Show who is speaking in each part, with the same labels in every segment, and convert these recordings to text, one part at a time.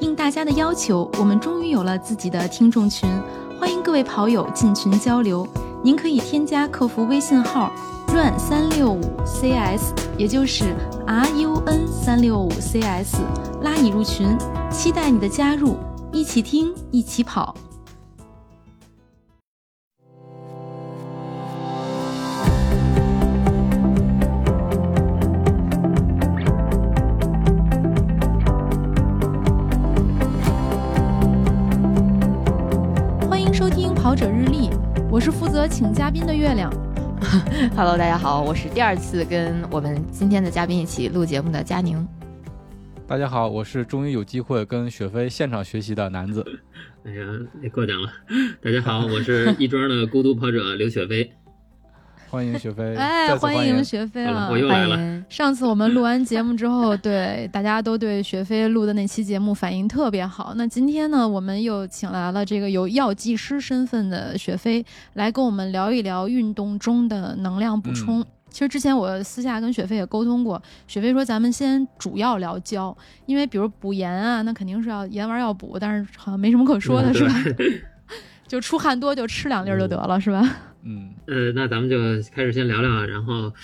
Speaker 1: 应大家的要求，我们终于有了自己的听众群，欢迎各位跑友进群交流。您可以添加客服微信号 run 三六五 cs，也就是 r u n 三六五 cs，拉你入群，期待你的加入，一起听，一起跑。欢迎收听《跑者日历》，我是负责请嘉宾的月亮。
Speaker 2: Hello，大家好，我是第二次跟我们今天的嘉宾一起录节目的佳宁。
Speaker 3: 大家好，我是终于有机会跟雪飞现场学习的男子。
Speaker 4: 哎呀，你过奖了。大家好，我是亦庄的孤独跑者刘雪飞。
Speaker 3: 欢迎雪飞，
Speaker 1: 哎，
Speaker 3: 再次
Speaker 1: 欢
Speaker 3: 欢
Speaker 1: 迎学飞
Speaker 4: 好了
Speaker 1: 了
Speaker 4: 我。又来
Speaker 2: 欢
Speaker 4: 了。
Speaker 2: 迎，
Speaker 1: 上次我们录完节目之后，对大家都对学飞录的那期节目反应特别好。那今天呢，我们又请来了这个有药剂师身份的学飞来跟我们聊一聊运动中的能量补充。
Speaker 3: 嗯
Speaker 1: 其实之前我私下跟雪飞也沟通过，雪飞说咱们先主要聊胶，因为比如补盐啊，那肯定是要盐丸要补，但是好像没什么可说的，
Speaker 4: 嗯
Speaker 1: 是吧？ 就出汗多就吃两粒儿就得了，是吧？
Speaker 3: 嗯，
Speaker 4: 呃，那咱们就开始先聊聊啊，然后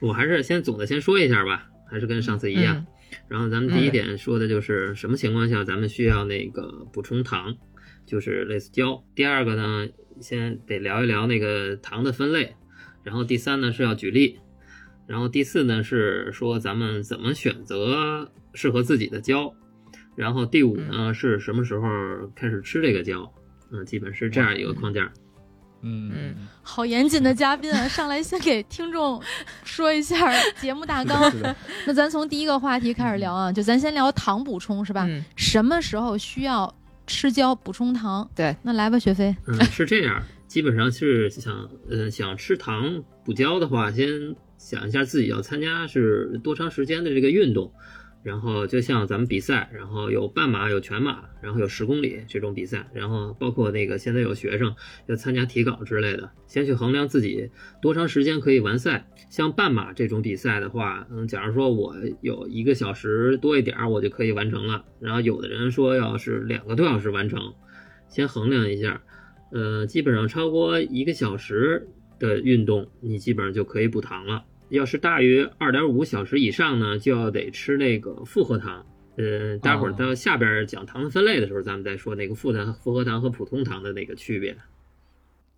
Speaker 4: 我还是先总的先说一下吧，还是跟上次一样。
Speaker 2: 嗯
Speaker 4: 然后咱们第一点说的就是什么情况下咱们需要那个补充糖，就是类似胶。第二个呢，先得聊一聊那个糖的分类。然后第三呢是要举例，然后第四呢是说咱们怎么选择适合自己的胶。然后第五呢是什么时候开始吃这个胶。嗯，基本是这样一个框架。
Speaker 3: 嗯
Speaker 2: 嗯，
Speaker 1: 好严谨的嘉 宾啊，上来先给听众说一下节目大
Speaker 3: 是
Speaker 1: 纲
Speaker 3: 的，。是的，
Speaker 1: 那咱从第一个话题开始聊啊，就咱先聊糖补充是吧？
Speaker 2: 嗯
Speaker 1: 什么时候需要吃胶补充糖？
Speaker 2: 对，
Speaker 1: 那来吧，雪飞。
Speaker 4: 嗯， 是这样，基本上是想，呃，想吃糖补胶的话，先想一下自己要参加是多长时间的这个运动，然后就像咱们比赛，然后有半马、有全马，然后有十公里这种比赛，然后包括那个现在有学生要参加体考之类的，先去衡量自己多长时间可以完赛。像半马这种比赛的话，嗯，假如说我有一个小时多一点儿，我就可以完成了。然后有的人说要是两个多小时完成，先衡量一下。呃，基本上超过一个小时的运动，你基本上就可以补糖了。要是大于二点五小时以上呢，就要得吃那个复合糖。呃，待会儿
Speaker 3: 哦
Speaker 4: 到下边儿讲糖的分类的时候，咱们再说那个复糖、复合糖和普通糖的那个区别。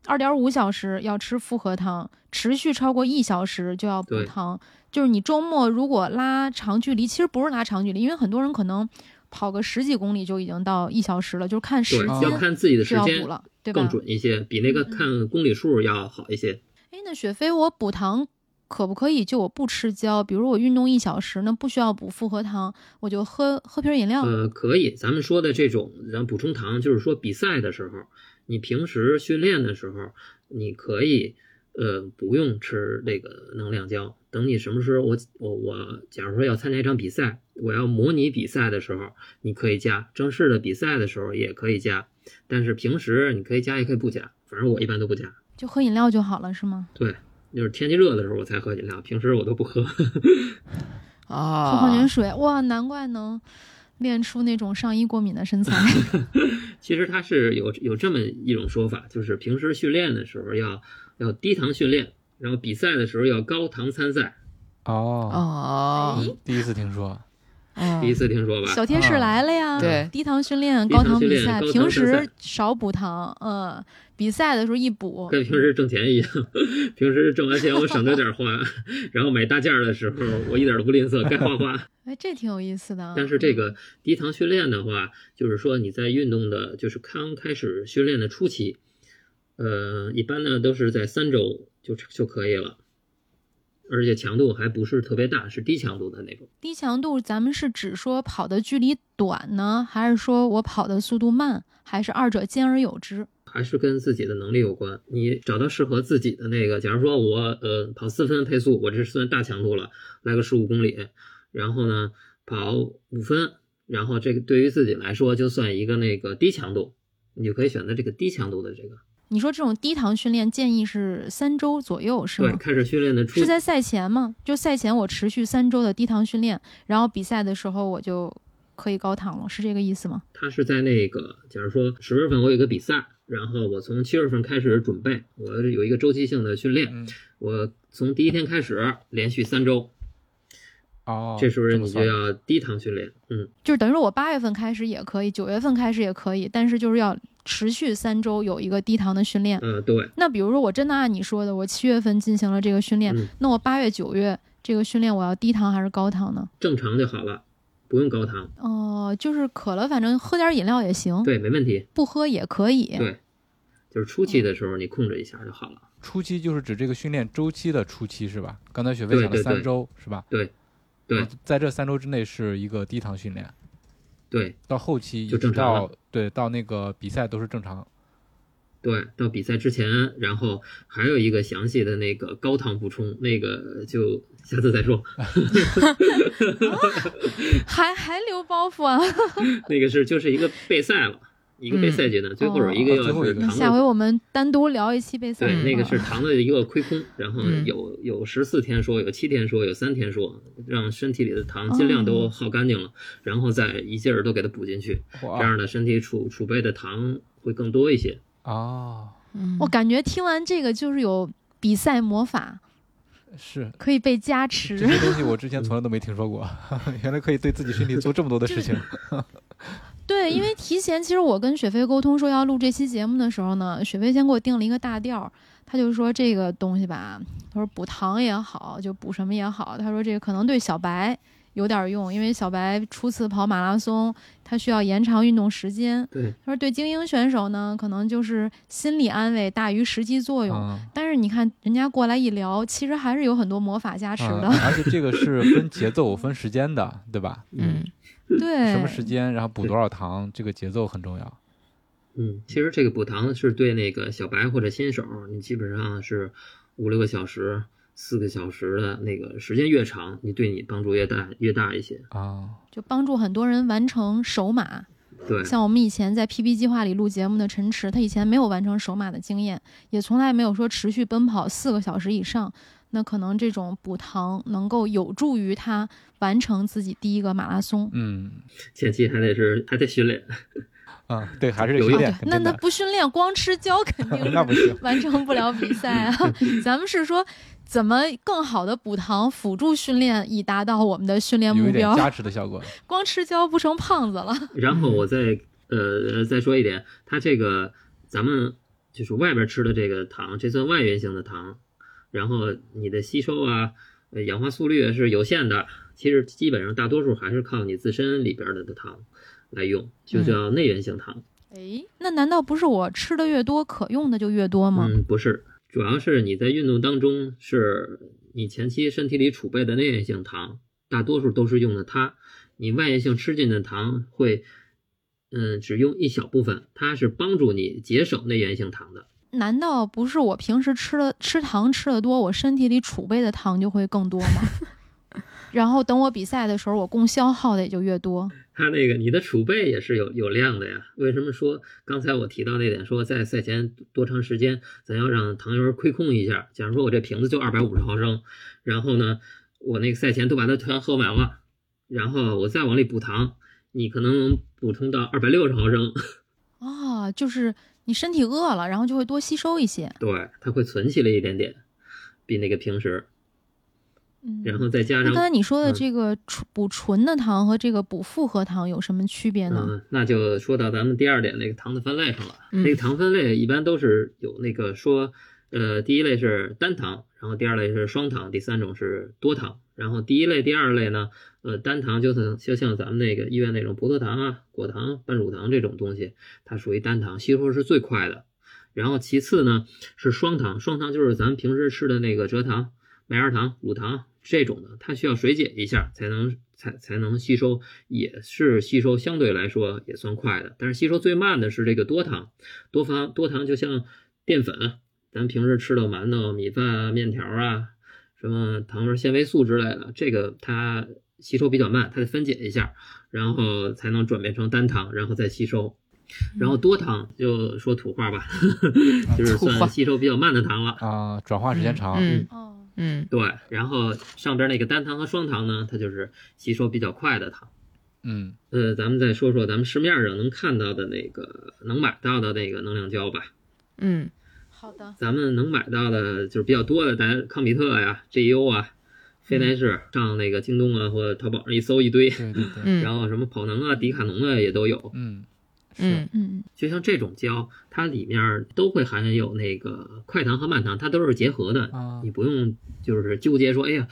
Speaker 1: 二点五小时要吃复合糖，持续超过一小时就要补
Speaker 4: 对
Speaker 1: 糖。就是你周末如果拉长距离，其实不是拉长距离，因为很多人可能跑个十几公里就已经到一小时了，就是看时
Speaker 4: 对，
Speaker 1: 间
Speaker 3: 哦
Speaker 4: 要看自己的
Speaker 1: 是
Speaker 4: 时
Speaker 1: 要
Speaker 4: 间
Speaker 1: 补了，对吧
Speaker 4: 更？准一些，比那个看公里数要好一些。
Speaker 1: 哎，那雪飞，我补糖可不可以？就我不吃胶，比如我运动一小时，那不需要补复合糖，我就喝喝瓶饮料。
Speaker 4: 呃，可以，咱们说的这种，然后补充糖，就是说比赛的时候，你平时训练的时候，你可以，呃，不用吃这个能量胶。等你什么时候我我我，假如说要参加一场比赛，我要模拟比赛的时候，你可以加；正式的比赛的时候也可以加，但是平时你可以加也可以不加，反正我一般都不加。
Speaker 1: 就喝饮料就好了，是吗？
Speaker 4: 对，就是天气热的时候我才喝饮料，平时我都不喝。啊
Speaker 1: 喝矿泉
Speaker 2: 哦，
Speaker 1: 水，哇，难怪能练出那种上衣过敏的身 材。
Speaker 4: 其实它是有有这么一种说法，就是平时训练的时候要要低糖训练，然后比赛的时候要高糖参赛。
Speaker 3: 哦，
Speaker 2: 哦，
Speaker 4: 嗯
Speaker 3: 第一次听说，
Speaker 2: 哦
Speaker 4: 第一次听说吧？
Speaker 1: 嗯小贴士
Speaker 3: 啊
Speaker 1: 来了呀！
Speaker 2: 对
Speaker 1: 低糖训练、
Speaker 4: 低
Speaker 1: 高
Speaker 4: 糖训
Speaker 1: 比
Speaker 4: 练
Speaker 1: 赛，
Speaker 4: 高
Speaker 1: 平
Speaker 4: 糖参
Speaker 1: 时
Speaker 4: 赛
Speaker 1: 少补糖，嗯，比赛的时候一补。
Speaker 4: 跟平时挣钱一样，平时挣完钱我省着点花， 然后买大件儿的时候我一点都不吝啬，该 花花。
Speaker 1: 哎，这挺有意思的啊。
Speaker 4: 但是这个低糖训练的话，就是说你在运动的，就是刚开始训练的初期，呃，一般呢都是在三周就就可以了，而且强度还不是特别大，是低强度的那种。
Speaker 1: 低强度，咱们是指说跑的距离短呢，还是说我跑的速度慢，还是二者兼而有之？
Speaker 4: 还是跟自己的能力有关。你找到适合自己的那个，假如说我呃跑四分配速，我这算大强度了，来个十五公里，然后呢跑五分，然后这个对于自己来说就算一个那个低强度，你就可以选择这个低强度的这个。
Speaker 1: 你说这种低糖训练建议是三周左右，是
Speaker 4: 对，
Speaker 1: 吗？
Speaker 4: 开始训练的初
Speaker 1: 是在赛前吗？就赛前我持续三周的低糖训练，然后比赛的时候我就可以高糖了，是这个意思吗？
Speaker 4: 它是在那个，假如说十月份我有一个比赛，然后我从七月份开始准备，我有一个周期性的训练，
Speaker 3: 嗯，
Speaker 4: 我从第一天开始连续三周，
Speaker 3: 哦，
Speaker 4: 这时候
Speaker 3: 么
Speaker 4: 你就
Speaker 3: 算
Speaker 4: 要低糖训练，嗯，
Speaker 1: 就是等于说我八月份开始也可以，九月份开始也可以，但是就是要持续三周有一个低糖的训练。
Speaker 4: 呃，对，
Speaker 1: 那比如说我真的按你说的，我七月份进行了这个训练，
Speaker 4: 嗯
Speaker 1: 那我八月、九月这个训练我要低糖还是高糖呢？
Speaker 4: 正常就好了，不用高糖，
Speaker 1: 哦、就是渴了，反正喝点饮料也行，
Speaker 4: 对，没问题，
Speaker 1: 不喝也可以。
Speaker 4: 对，就是初期的时候你控制一下就好了，
Speaker 3: 初期就是指这个训练周期的初期是吧？刚才雪飞
Speaker 4: 对
Speaker 3: 讲了
Speaker 4: 对
Speaker 3: 三
Speaker 4: 对
Speaker 3: 周是吧？
Speaker 4: 对对
Speaker 3: 然后在这三周之内是一个低糖训练，
Speaker 4: 对
Speaker 3: 到后期
Speaker 4: 就
Speaker 3: 一直
Speaker 4: 正常
Speaker 3: 到对到那个比赛都是正常。
Speaker 4: 对，到比赛之前，然后还有一个详细的那个高糖补充，那个就下次再说，
Speaker 1: 还还留包袱啊！
Speaker 4: 那个是就是一个备赛了，一个备赛阶段，最后有一个
Speaker 3: 哦最
Speaker 4: 要
Speaker 3: 后
Speaker 4: 是
Speaker 3: 一个
Speaker 4: 糖
Speaker 1: 下
Speaker 4: 的
Speaker 1: 回我们单独聊一期备赛。
Speaker 4: 对，那个
Speaker 1: 嗯
Speaker 4: 是糖的一个亏空，然后
Speaker 2: 嗯
Speaker 4: 有有十四天说，有七天说，有三天说，让身体里的糖尽量都耗干净了，然后再一劲儿都给它补进去，这
Speaker 3: 哇
Speaker 4: 样呢，身体储储备的糖会更多一些。
Speaker 3: 哦，
Speaker 2: 嗯
Speaker 1: 我感觉听完这个就是有比赛魔法，
Speaker 3: 是
Speaker 1: 可以被加
Speaker 3: 这
Speaker 1: 持。
Speaker 3: 些东西我之前从来都没听说过， 原来可以对自己身体做这么多的 事情。
Speaker 1: 对，因为提前，其实我跟雪飞沟通说要录这期节目的时候呢，雪飞先给我定了一个大调儿，他就说这个东西吧，他说补糖也好，就补什么也好，他说这个可能对小白有点用，因为小白初次跑马拉松，他需要延长运动时间。
Speaker 4: 对，
Speaker 1: 他说对精英选手呢，可能就是心理安慰大于实际作
Speaker 4: 啊
Speaker 1: 用。
Speaker 3: 嗯，
Speaker 1: 但是你看人家过来一聊，其实还是有很多魔法加持
Speaker 3: 嗯
Speaker 1: 的。
Speaker 3: 而且这个是分节奏、分时间的，对 吧？
Speaker 2: 嗯，
Speaker 1: 对，
Speaker 3: 什么时间，然后补多少糖，这个节奏很重要。
Speaker 4: 嗯，其实这个补糖是对那个小白或者新手，你基本上是五六个小时、四个小时的那个时间越长，你对你帮助越大越大一些。
Speaker 3: 啊，
Speaker 1: 就帮助很多人完成首马。
Speaker 4: 对，
Speaker 1: 像我们以前在 PB 计划里录节目的陈池，他以前没有完成首马的经验，也从来没有说持续奔跑四个小时以上。那可能这种补糖能够有助于他完成自己第一个马拉松。
Speaker 3: 嗯，
Speaker 4: 前期还得是还得训练。
Speaker 3: 啊，对，还是得
Speaker 4: 有一
Speaker 3: 训
Speaker 1: 啊
Speaker 3: 练，
Speaker 1: 对
Speaker 3: 肯
Speaker 1: 那
Speaker 3: 定
Speaker 1: 那
Speaker 3: 的，
Speaker 1: 不训练，光吃 胶肯定
Speaker 3: 那
Speaker 1: 是
Speaker 3: 不行。
Speaker 1: 完成不了比赛 啊。咱们是说，怎么更好的补糖辅助训练，以达到我们的训练
Speaker 3: 有
Speaker 1: 目
Speaker 3: 一点
Speaker 1: 标？
Speaker 3: 加持的效果。
Speaker 1: 光吃胶不成胖子了。
Speaker 4: 然后我再呃再说一点，它这个咱们就是外边吃的这个糖，这算外源性的糖，然后你的吸收啊、呃氧化速率是有限的。其实基本上大多数还是靠你自身里边的糖来用，就叫内源性糖。
Speaker 1: 诶，那难道不是我吃的越多，可用的就越多吗？
Speaker 4: 嗯，不是，主要是你在运动当中，是你前期身体里储备的内源性糖，大多数都是用的它。你外源性吃进的糖会，嗯，只用一小部分，它是帮助你节省内源性糖的。
Speaker 1: 难道不是我平时吃了吃糖吃的多，我身体里储备的糖就会更多吗？ 然后等我比赛的时候，我供消耗的也就越多。
Speaker 4: 它那个你的储备也是有有量的呀。为什么说刚才我提到那点，说在赛前多长时间，咱要让糖油亏空一下？假如说我这瓶子就二百五十毫升，然后呢，我那个赛前都把它全喝完了，然后我再往里补糖，你可能能补充到二百六十毫升。
Speaker 1: 啊，就是你身体饿了，然后就会多吸收一些。
Speaker 4: 对，它会存起来一点点，比那个平时，
Speaker 1: 嗯，
Speaker 4: 然后再加
Speaker 1: 那
Speaker 4: 上
Speaker 1: 刚才你说的
Speaker 4: 嗯
Speaker 1: 这个纯补纯的糖和这个补复合糖有什么区别呢？
Speaker 4: 嗯，那就说到咱们第二点那个糖的分类上了。
Speaker 2: 嗯
Speaker 4: 那个糖分类一般都是有那个说，呃，第一类是单糖，然后第二类是双糖，第三种是多糖。然后第一类、第二类呢，呃，单糖就像就像咱们那个医院那种葡萄糖啊、果糖、半乳糖这种东西，它属于单糖，吸收是最快的。然后其次呢是双糖，双糖就是咱们平时吃的那个蔗糖、麦芽糖、乳糖这种的，它需要水解一下才能才才能吸收，也是吸收相对来说也算快的。但是吸收最慢的是这个多糖，多糖多糖就像淀粉，咱平时吃的馒头、米饭啊、面条啊，什么糖分、纤维素之类的，这个它吸收比较慢，它得分解一下，然后才能转变成单糖，然后再吸收。
Speaker 2: 嗯
Speaker 4: 然后多糖就说土话吧， 就是
Speaker 2: 土话
Speaker 4: 算吸收比较慢的糖了。
Speaker 3: 啊，转化时间长，
Speaker 2: 嗯
Speaker 1: 哦，
Speaker 2: 嗯
Speaker 4: 对，然后上边那个单糖和双糖呢，它就是吸收比较快的糖。
Speaker 3: 嗯
Speaker 4: 呃，咱们再说说咱们市面上能看到的那个能买到的那个能量胶吧。
Speaker 2: 嗯
Speaker 1: 好的，
Speaker 4: 咱们能买到的就是比较多的，大家康比特呀、GU 啊、飞来仕上那个京东啊或者淘宝上一搜一堆，
Speaker 3: 对对对，
Speaker 2: 嗯
Speaker 4: 然后什么跑能啊、迪卡侬啊也都有。
Speaker 3: 嗯是
Speaker 2: 嗯
Speaker 1: 嗯
Speaker 4: 就像这种胶，它里面都会含有那个快糖和慢糖，它都是结合的，
Speaker 3: 啊
Speaker 4: 你不用就是纠结说，哎呀，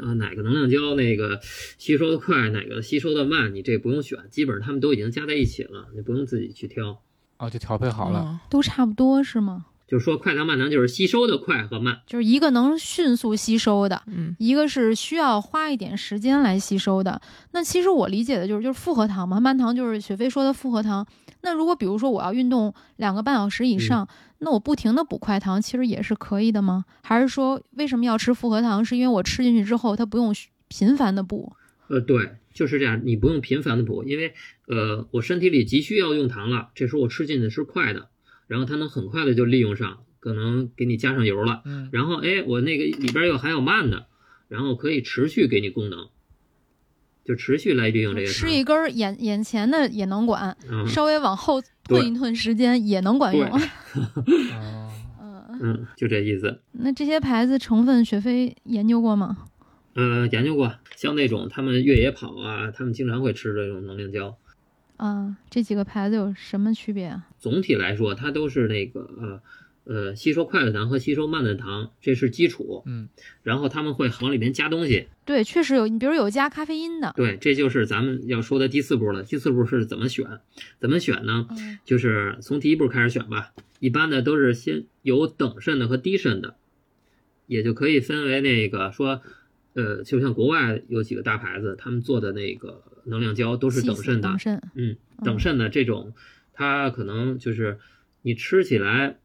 Speaker 4: 呃，哪个能量胶那个吸收的快，哪个吸收的慢，你这不用选，基本上它们都已经加在一起了，你不用自己去挑。
Speaker 3: 哦就调配好了，
Speaker 2: 哦
Speaker 1: 都差不多是吗？
Speaker 4: 就是说快糖慢糖就是吸收的快和慢，
Speaker 1: 就是一个能迅速吸收的，
Speaker 2: 嗯
Speaker 1: 一个是需要花一点时间来吸收的。那其实我理解的就是，就是复合糖嘛，慢糖就是雪飞说的复合糖。那如果比如说我要运动两个半小时
Speaker 4: 嗯
Speaker 1: 以上，那我不停的补快糖，其实也是可以的吗？还是说为什么要吃复合糖？是因为我吃进去之后，它不用频繁的补？
Speaker 4: 呃，对，就是这样，你不用频繁的补，因为呃，我身体里急需要用糖了，这时候我吃进的是快的，然后它能很快的就利用上，可能给你加上油了。
Speaker 3: 嗯
Speaker 4: 然后哎，我那个里边又含有慢的，然后可以持续给你功能，就持续来利用这个
Speaker 1: 吃
Speaker 4: 糖。
Speaker 1: 一根儿眼眼前的也能管，
Speaker 4: 嗯
Speaker 1: 稍微往后
Speaker 4: 对
Speaker 1: 退一退时间也能管用。
Speaker 3: 哦
Speaker 1: 嗯，
Speaker 4: 嗯，就这意思。
Speaker 1: 那这些牌子成分，雪飞研究过吗？
Speaker 4: 呃，研究过，像那种他们越野跑啊，他们经常会吃这种能量胶。
Speaker 1: 啊，这几个牌子有什么区别啊？
Speaker 4: 总体来说，它都是那个呃呃吸收快的糖和吸收慢的糖，这是基础。
Speaker 3: 嗯
Speaker 4: 然后他们会往里面加东西，
Speaker 1: 对，确实有，你比如有加咖啡因的，
Speaker 4: 对，这就是咱们要说的第四步了。第四步是怎么选？怎么选呢？
Speaker 1: 嗯
Speaker 4: 就是从第一步开始选吧。一般的都是先有等渗的和低渗的，也就可以分为那个说，呃，就像国外有几个大牌子，他们做的那个能量胶都是等渗的
Speaker 1: 等，渗，
Speaker 4: 嗯，
Speaker 1: 嗯
Speaker 4: 等渗的这种，它可能就是你吃起来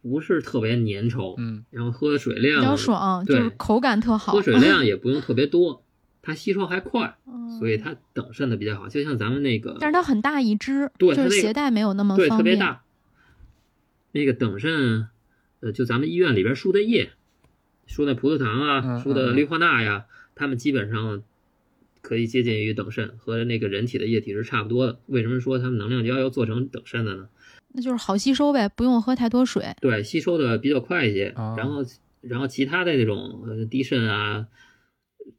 Speaker 4: 不是特别粘稠，
Speaker 3: 嗯
Speaker 4: 然后喝水
Speaker 1: 比
Speaker 4: 量
Speaker 1: 较爽，就
Speaker 4: 对
Speaker 1: 是口感特好。
Speaker 4: 喝 水量也不用特别多，它吸收还快，
Speaker 1: 嗯
Speaker 4: 所以它等渗的比较好。就像咱们那个，
Speaker 1: 但是它很大一支，
Speaker 4: 对
Speaker 1: 就
Speaker 4: 它那
Speaker 1: 是
Speaker 4: 个
Speaker 1: 携带没有那么
Speaker 4: 对，
Speaker 1: 方
Speaker 4: 特别
Speaker 1: 便。
Speaker 4: 大。那个等渗，呃，就咱们医院里边输的液，输的葡萄糖啊，
Speaker 3: 嗯
Speaker 4: 输的
Speaker 3: 嗯嗯
Speaker 4: 氯化钠呀，它们基本上可以接近于等渗，和那个人体的液体是差不多的。为什么说它们能量胶要做成等渗的呢？
Speaker 1: 那就是好吸收呗，不用喝太多水。
Speaker 4: 对，吸收的比较快一些。
Speaker 3: 啊
Speaker 4: 然后，然后其他的那种呃低渗啊，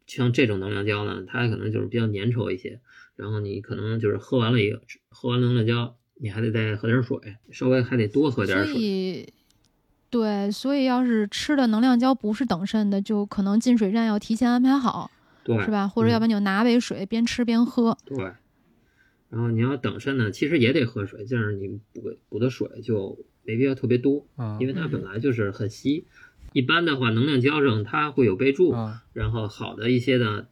Speaker 4: 像这种能量胶呢，它可能就是比较粘稠一些。然后你可能就是喝完了以后，喝完能量胶，你还得再喝点水，稍微还得多喝点
Speaker 1: 所
Speaker 4: 水。
Speaker 1: 以，对，所以要是吃的能量胶不是等渗的，就可能进水站要提前安排好，
Speaker 4: 对，嗯
Speaker 1: 是吧？或者要不然就拿杯水边吃边喝。
Speaker 4: 对。然后你要等渗呢，其实也得喝水，这样你补补的水就没必要特别多，
Speaker 3: 啊
Speaker 4: 因为它
Speaker 1: 嗯
Speaker 4: 本来就是很稀。一般的话，能量胶上它会有备注，
Speaker 3: 啊
Speaker 4: 然后好的一些呢，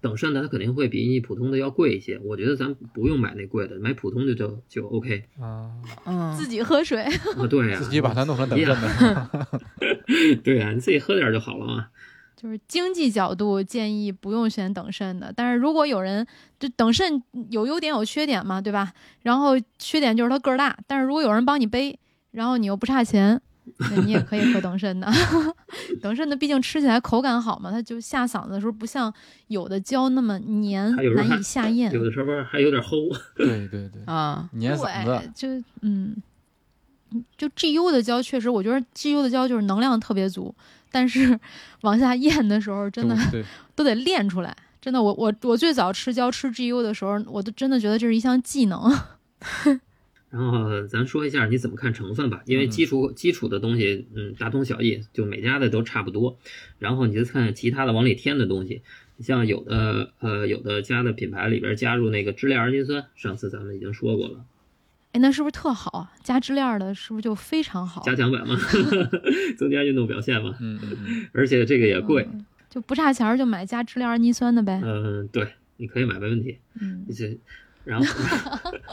Speaker 4: 等渗的它肯定会比你普通的要贵一些。我觉得咱不用买那贵的，买普通的就就 OK
Speaker 3: 啊，
Speaker 2: 嗯，
Speaker 1: 自己喝水，
Speaker 4: 啊。对呀、
Speaker 3: 自己把它弄成等
Speaker 4: 一
Speaker 3: 渗
Speaker 4: 样
Speaker 3: 的，
Speaker 4: 对呀、你自己喝点就好了嘛。
Speaker 1: 就是经济角度建议不用选等渗的，但是如果有人就等渗有优点有缺点嘛，对吧？然后缺点就是它个儿大，但是如果有人帮你背，然后你又不差钱，那你也可以喝等渗的。 等渗的毕竟吃起来口感好嘛，它就下嗓子的时候不像有的胶那么黏
Speaker 4: 还有，时候
Speaker 1: 难以
Speaker 4: 还
Speaker 1: 下咽。
Speaker 4: 有的时候还有点齁。
Speaker 3: 对对对，
Speaker 2: 啊，
Speaker 3: 粘嗓
Speaker 1: 哦对
Speaker 3: 子，，
Speaker 1: 就嗯，就 GU 的胶确实，我觉得 GU 的胶就是能量特别足，但是 往下咽的时候真的
Speaker 3: 对，
Speaker 1: 都得练出来。真的，我我我最早吃胶吃 GU 的时候，我都真的觉得这是一项技能。
Speaker 4: 然后咱说一下你怎么看成分吧，因为基础基础的东西，嗯，大同小异，就每家的都差不多。然后你就看其他的往里添的东西，你像有的呃有的家的品牌里边加入那个支链儿氨基酸，上次咱们已经说过了，
Speaker 1: 哎，那是不是特好？加支链儿的，是不是就非常好？
Speaker 4: 加强版嘛， 增加运动表现嘛，
Speaker 3: 嗯嗯
Speaker 4: 而且这个也贵，
Speaker 1: 嗯就不差钱儿就买加支链儿氨基酸的呗。
Speaker 4: 嗯，对，你可以买没问题，
Speaker 1: 嗯，
Speaker 4: 这然后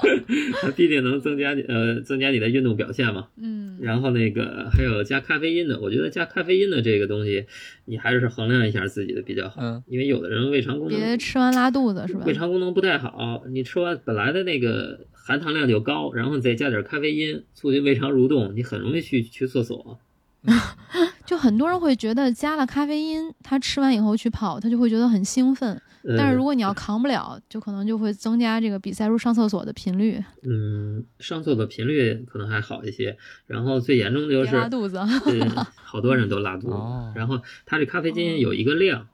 Speaker 4: 它必定能增加你呃增加你的运动表现嘛。
Speaker 1: 嗯，
Speaker 4: 然后那个还有加咖啡因的，我觉得加咖啡因的这个东西，你还是衡量一下自己的比较好，
Speaker 3: 嗯
Speaker 4: 因为有的人胃肠功
Speaker 1: 别
Speaker 4: 能
Speaker 1: 吃完拉肚子是吧？
Speaker 4: 胃肠功能不太好，你吃完本来的那个含糖量就高，然后再加点咖啡因，促进胃肠蠕动，你很容易去去厕所。
Speaker 3: 嗯
Speaker 1: 就很多人会觉得加了咖啡因，他吃完以后去跑，他就会觉得很兴奋。
Speaker 4: 呃
Speaker 1: 但是如果你要扛不了，就可能就会增加这个比赛时候上厕所的频率，
Speaker 4: 嗯，上厕的频率可能还好一些，然后最严重的就
Speaker 1: 别
Speaker 4: 是
Speaker 1: 拉肚子。
Speaker 4: 对，好多人都拉肚子。
Speaker 3: 哦
Speaker 4: 然后它这咖啡
Speaker 1: 哦
Speaker 4: 因有一个量，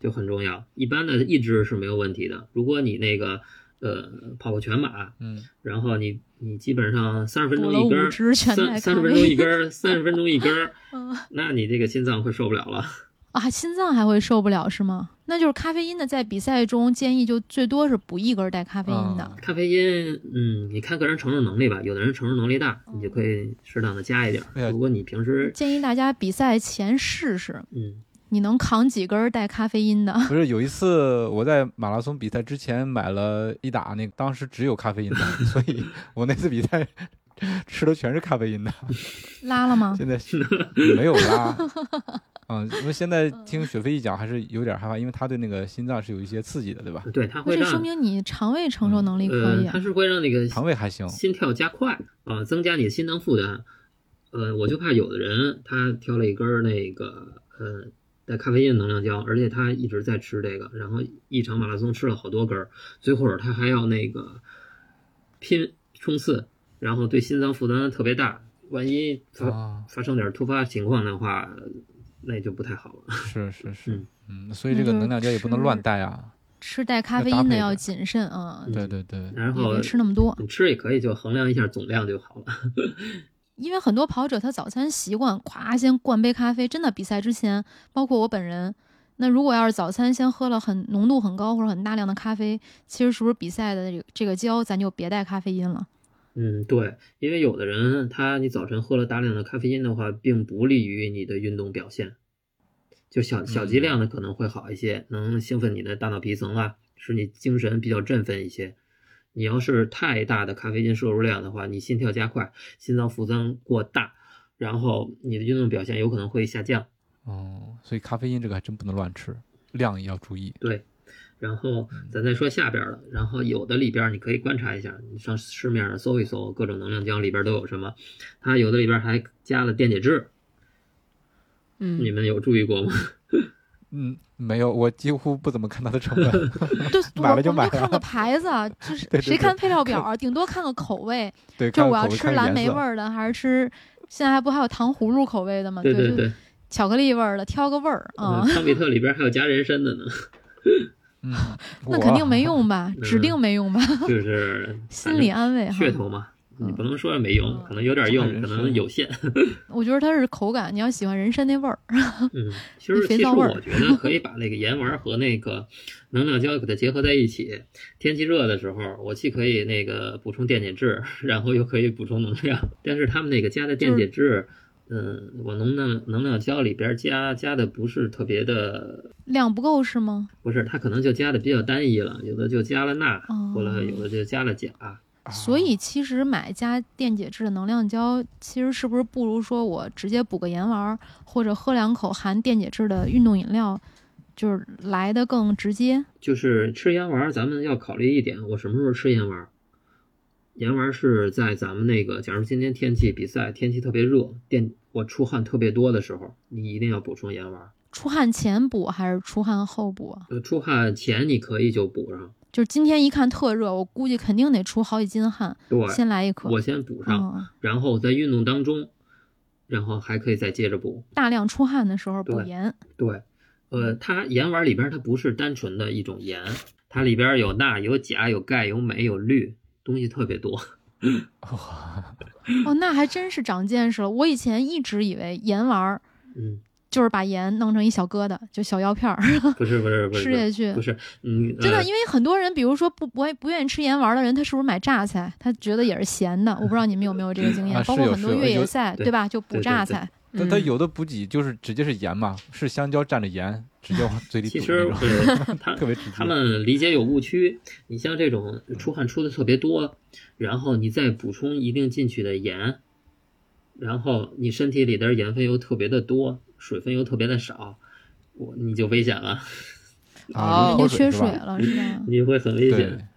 Speaker 4: 就很重要。一般的一支是没有问题的。如果你那个呃跑过全马，
Speaker 3: 嗯，
Speaker 4: 然后你你基本上三十分
Speaker 1: 补
Speaker 4: 钟
Speaker 1: 了
Speaker 4: 一根
Speaker 1: 五
Speaker 4: 儿，
Speaker 1: 支全
Speaker 4: 三
Speaker 1: 奶
Speaker 4: 三
Speaker 1: 咖
Speaker 4: 十分钟
Speaker 1: 啡，
Speaker 4: 一根儿，三十分钟一根儿，
Speaker 1: 嗯
Speaker 4: 那你这个心脏会受不了了。
Speaker 1: 啊，心脏还会受不了是吗？那就是咖啡因的，在比赛中建议就最多是补一根带咖啡因的。
Speaker 3: 嗯
Speaker 4: 咖啡因，嗯，你看个人承受能力吧。有的人承受能力大，你就可以适当的加一点儿。
Speaker 3: 哎呀
Speaker 4: 如果你平时
Speaker 1: 建议大家比赛前试试，
Speaker 4: 嗯
Speaker 1: 你能扛几根带咖啡因的？
Speaker 3: 不是有一次我在马拉松比赛之前买了一打那个，当时只有咖啡因的， 所以我那次比赛吃的全是咖啡因的，
Speaker 1: 拉了吗？
Speaker 3: 现在 没有啦。嗯，因为现在听雪飞一讲还是有点害怕，因为他对那个心脏是有一些刺激的，对吧？
Speaker 4: 对它
Speaker 1: 那
Speaker 4: 会
Speaker 1: 这
Speaker 4: 让
Speaker 1: 说明你肠胃承受能力可
Speaker 4: 呃
Speaker 1: 以，啊
Speaker 4: 它。是会让那个
Speaker 3: 肠胃还行，
Speaker 4: 心跳加快啊、增加你的心脏负担。呃，我就怕有的人他挑了一根儿那个呃带咖啡因的能量胶，而且他一直在吃这个，然后一场马拉松吃了好多根儿，最后他还要那个拼冲刺，然后对心脏负担特别大。万一发、
Speaker 3: 啊
Speaker 4: 发生点突发情况的话，那就不太好了。
Speaker 3: 是是是
Speaker 4: 嗯，
Speaker 3: 嗯，所以这个能量胶也不能乱带啊。
Speaker 1: 吃带咖啡因的
Speaker 3: 要搭
Speaker 1: 要
Speaker 3: 配着
Speaker 1: 谨慎啊，
Speaker 4: 嗯
Speaker 3: 对对对，
Speaker 4: 然
Speaker 1: 也
Speaker 4: 后
Speaker 1: 别吃那么多。
Speaker 4: 你吃也可以，就衡量一下总量就好了。
Speaker 1: 因为很多跑者他早餐习惯，咵先灌杯咖啡，真的比赛之前，包括我本人，那如果要是早餐先喝了很浓度很高或者很大量的咖啡，其实是不是比赛的这个这个胶咱就别带咖啡因了？
Speaker 4: 嗯，对，因为有的人他你早晨喝了大量的咖啡因的话，并不利于你的运动表现。就小小剂
Speaker 3: 嗯
Speaker 4: 量的可能会好一些，能兴奋你的大脑皮层啊，使你精神比较振奋一些。你要是太大的咖啡因摄入量的话，你心跳加快，心脏负担过大，然后你的运动表现有可能会下降。
Speaker 3: 哦，所以咖啡因这个还真不能乱吃，量也要注意。
Speaker 4: 对，然后
Speaker 1: 嗯
Speaker 4: 咱再说下边儿了。然后有的里边儿你可以观察一下，你上市面上搜一搜，各种能量胶里边儿都有什么。它有的里边儿还加了电解质，
Speaker 2: 嗯
Speaker 1: 嗯
Speaker 4: 你，们有注意过吗？
Speaker 3: 嗯，没有，我几乎不怎么看它的成分。
Speaker 1: 对，我
Speaker 3: 买了
Speaker 1: 我们
Speaker 3: 就买
Speaker 1: 看
Speaker 3: 了
Speaker 1: 个牌子啊，就是
Speaker 3: 对对
Speaker 1: 谁
Speaker 3: 对
Speaker 1: 看配料表啊，顶多看个口味，
Speaker 3: 对，
Speaker 1: 就是
Speaker 3: 看
Speaker 1: 我要
Speaker 3: 口味
Speaker 1: 吃蓝莓味。
Speaker 3: 看颜色
Speaker 1: 儿的，还是吃现在还不还有糖葫芦口味的吗？
Speaker 4: 对
Speaker 1: 啊对
Speaker 4: 对对，
Speaker 1: 巧克力味儿的，挑个味儿啊
Speaker 4: 嗯，，康比特里边儿还有加人 参的呢，
Speaker 3: 嗯，
Speaker 1: 那
Speaker 3: 我
Speaker 1: 肯定没。用吧，
Speaker 4: 嗯
Speaker 1: 指定没用吧，
Speaker 4: 就是
Speaker 1: 心理
Speaker 4: 反
Speaker 1: 安慰
Speaker 4: 正
Speaker 1: 哈。
Speaker 4: 噱头
Speaker 1: 嗯
Speaker 4: 嘛，你不能说没用
Speaker 1: 嗯，
Speaker 4: 可能有点
Speaker 3: 加
Speaker 4: 用，
Speaker 3: 人
Speaker 4: 可能
Speaker 3: 参
Speaker 4: 有限。
Speaker 1: 我觉得它是口感，你要喜欢人参那味儿，
Speaker 4: 嗯，其实
Speaker 1: 肥
Speaker 4: 其实
Speaker 1: 皂味儿
Speaker 4: 我觉得可以把那个盐丸儿和那个能量胶给它结合在一起。天气热的时候，我既可以那个补充电解质，然后又可以补充能量。但是他们那个加的电解质，嗯，我能量能量胶里边儿加加的不是特别的，
Speaker 1: 量不够是吗？
Speaker 4: 不是，它可能就加的比较单一了，有的就加了钠
Speaker 1: 哦，
Speaker 4: 或者有的就加了钾。
Speaker 3: 啊
Speaker 1: 所以其实买加电解质的能量胶，其实是不是不如说我直接补个盐丸儿，或者喝两口含电解质的运动饮料，就是来的更直接？
Speaker 4: 就是吃盐丸儿，咱们要考虑一点，我什么时候吃盐丸儿？盐丸儿是在咱们那个，假如今天天气比赛，天气特别热，电我出汗特别多的时候，你一定要补充盐丸儿。
Speaker 1: 出汗前补还是出汗后补啊？
Speaker 4: 呃，出汗前你可以就补上，
Speaker 1: 就是今天一看特热，我估计肯定得出好几斤汗，
Speaker 4: 对，
Speaker 1: 先来一颗。
Speaker 4: 我先补上，
Speaker 1: 嗯，
Speaker 4: 然后在运动当中，然后还可以再接着补。
Speaker 1: 大量出汗的时候补
Speaker 4: 对
Speaker 1: 盐，
Speaker 4: 对，呃，它盐丸里边它不是单纯的一种盐，它里边有钠、有钾、有钙、有镁、有氯，东西特别多。
Speaker 3: 哇
Speaker 1: 哦，那还真是长见识了。我以前一直以为盐丸儿
Speaker 4: 嗯，
Speaker 1: 就是把盐弄成一小疙瘩，就小药片儿
Speaker 4: 不是不是不是，
Speaker 1: 吃下去
Speaker 4: 不。是，嗯，
Speaker 1: 真的，
Speaker 4: 呃
Speaker 1: 因为很多人，比如说不不爱不愿意吃盐丸的人，他是不是买榨菜？他觉得也是咸的。我不知道你们有没有这个经验，
Speaker 3: 啊
Speaker 1: 包
Speaker 3: 是
Speaker 1: 括
Speaker 3: 有
Speaker 1: 很多
Speaker 3: 是有
Speaker 1: 越野
Speaker 3: 有
Speaker 1: 赛，
Speaker 4: 对
Speaker 1: 对吧？就补
Speaker 4: 对对
Speaker 1: 榨
Speaker 4: 对
Speaker 1: 菜，
Speaker 3: 但它
Speaker 2: 嗯
Speaker 3: 有的补给就是直接是盐嘛，是香蕉蘸着盐直接往嘴里
Speaker 4: 其
Speaker 3: 堵
Speaker 4: 实
Speaker 3: 那种，
Speaker 4: 呃，他
Speaker 3: 特别直接。
Speaker 4: 他们理解有误区。你像这种出汗出的特别多，然后你再补充一定进去的盐，然后你身体里的盐分又特别的多，水分又特别的少，我你就危险了，
Speaker 3: 啊，
Speaker 1: 人家
Speaker 2: 哦
Speaker 3: 流口
Speaker 1: 缺
Speaker 3: 是
Speaker 1: 水
Speaker 3: 吧
Speaker 4: 嗯
Speaker 1: 了，是吧？
Speaker 4: 你会很危
Speaker 3: 对
Speaker 4: 险。，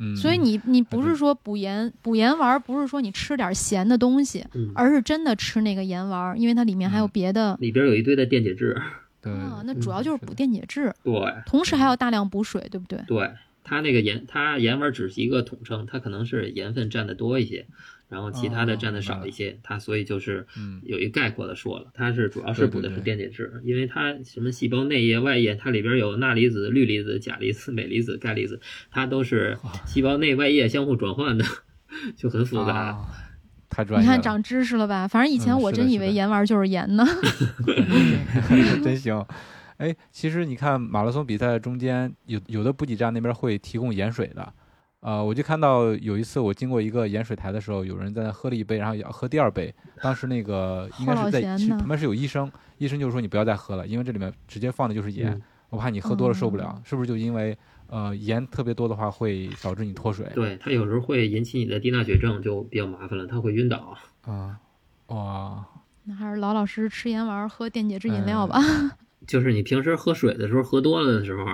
Speaker 3: 嗯，
Speaker 1: 所以你你不
Speaker 3: 还
Speaker 1: 是说补盐补盐丸儿，不是说你吃点儿咸的东西，
Speaker 4: 嗯，
Speaker 1: 而是真的吃那个盐丸儿，因为它里面还有
Speaker 3: 嗯
Speaker 1: 别的。
Speaker 4: 里边有一堆的电解质，
Speaker 3: 对，
Speaker 1: 啊，那主要
Speaker 3: 嗯
Speaker 1: 就是
Speaker 3: 是
Speaker 1: 补
Speaker 3: 的哎嗯
Speaker 1: 电解质，
Speaker 4: 对
Speaker 1: 同时还要大量补水，对不对？
Speaker 4: 对，它那个盐，它盐丸只是一个统称，它可能是盐分占的多一些，然后其他的
Speaker 3: 哦
Speaker 4: 占的
Speaker 3: 明白
Speaker 4: 少
Speaker 3: 了
Speaker 4: 一些，它所以就是
Speaker 3: 嗯
Speaker 4: 有一概括的说了，它是主要是
Speaker 3: 对
Speaker 4: 补
Speaker 3: 对
Speaker 4: 的是
Speaker 3: 对
Speaker 4: 电解质，因为它什么细胞内液、外液，它里边有钠离子、氯离子、钾离子、镁离子、钙离子，它都是细胞内外液相互转换的，就很复杂。
Speaker 3: 啊太专
Speaker 1: 你
Speaker 3: 业了，
Speaker 1: 看长知识了吧？反正以前
Speaker 3: 嗯
Speaker 1: 我
Speaker 3: 是的
Speaker 1: 真以
Speaker 3: 是
Speaker 1: 为
Speaker 3: 的
Speaker 1: 盐丸儿就是盐呢。
Speaker 3: 真行。哎，其实你看马拉松比赛中间有有的补给站那边会提供盐水的，呃，我就看到有一次我经过一个盐水台的时候，有人在那喝了一杯，然后也要喝第二杯。当时那个应该
Speaker 1: 齁老
Speaker 3: 是在
Speaker 1: 咸
Speaker 3: 其实
Speaker 1: 呢
Speaker 3: 旁边是有医生，医生就说你不要再喝了，因为这里面直接放的就是盐，
Speaker 4: 嗯
Speaker 3: 我怕你喝多了受不了，
Speaker 1: 哦
Speaker 3: 是不是就因为呃盐特别多的话会导致你脱水？
Speaker 4: 对，它有时候会引起你的低钠血症，就比较麻烦了，它会晕倒。
Speaker 3: 啊、哇，
Speaker 1: 那还是老老实实吃盐丸儿，喝电解质饮
Speaker 3: 嗯
Speaker 1: 料吧。
Speaker 4: 就是你平时喝水的时候喝多了的时候，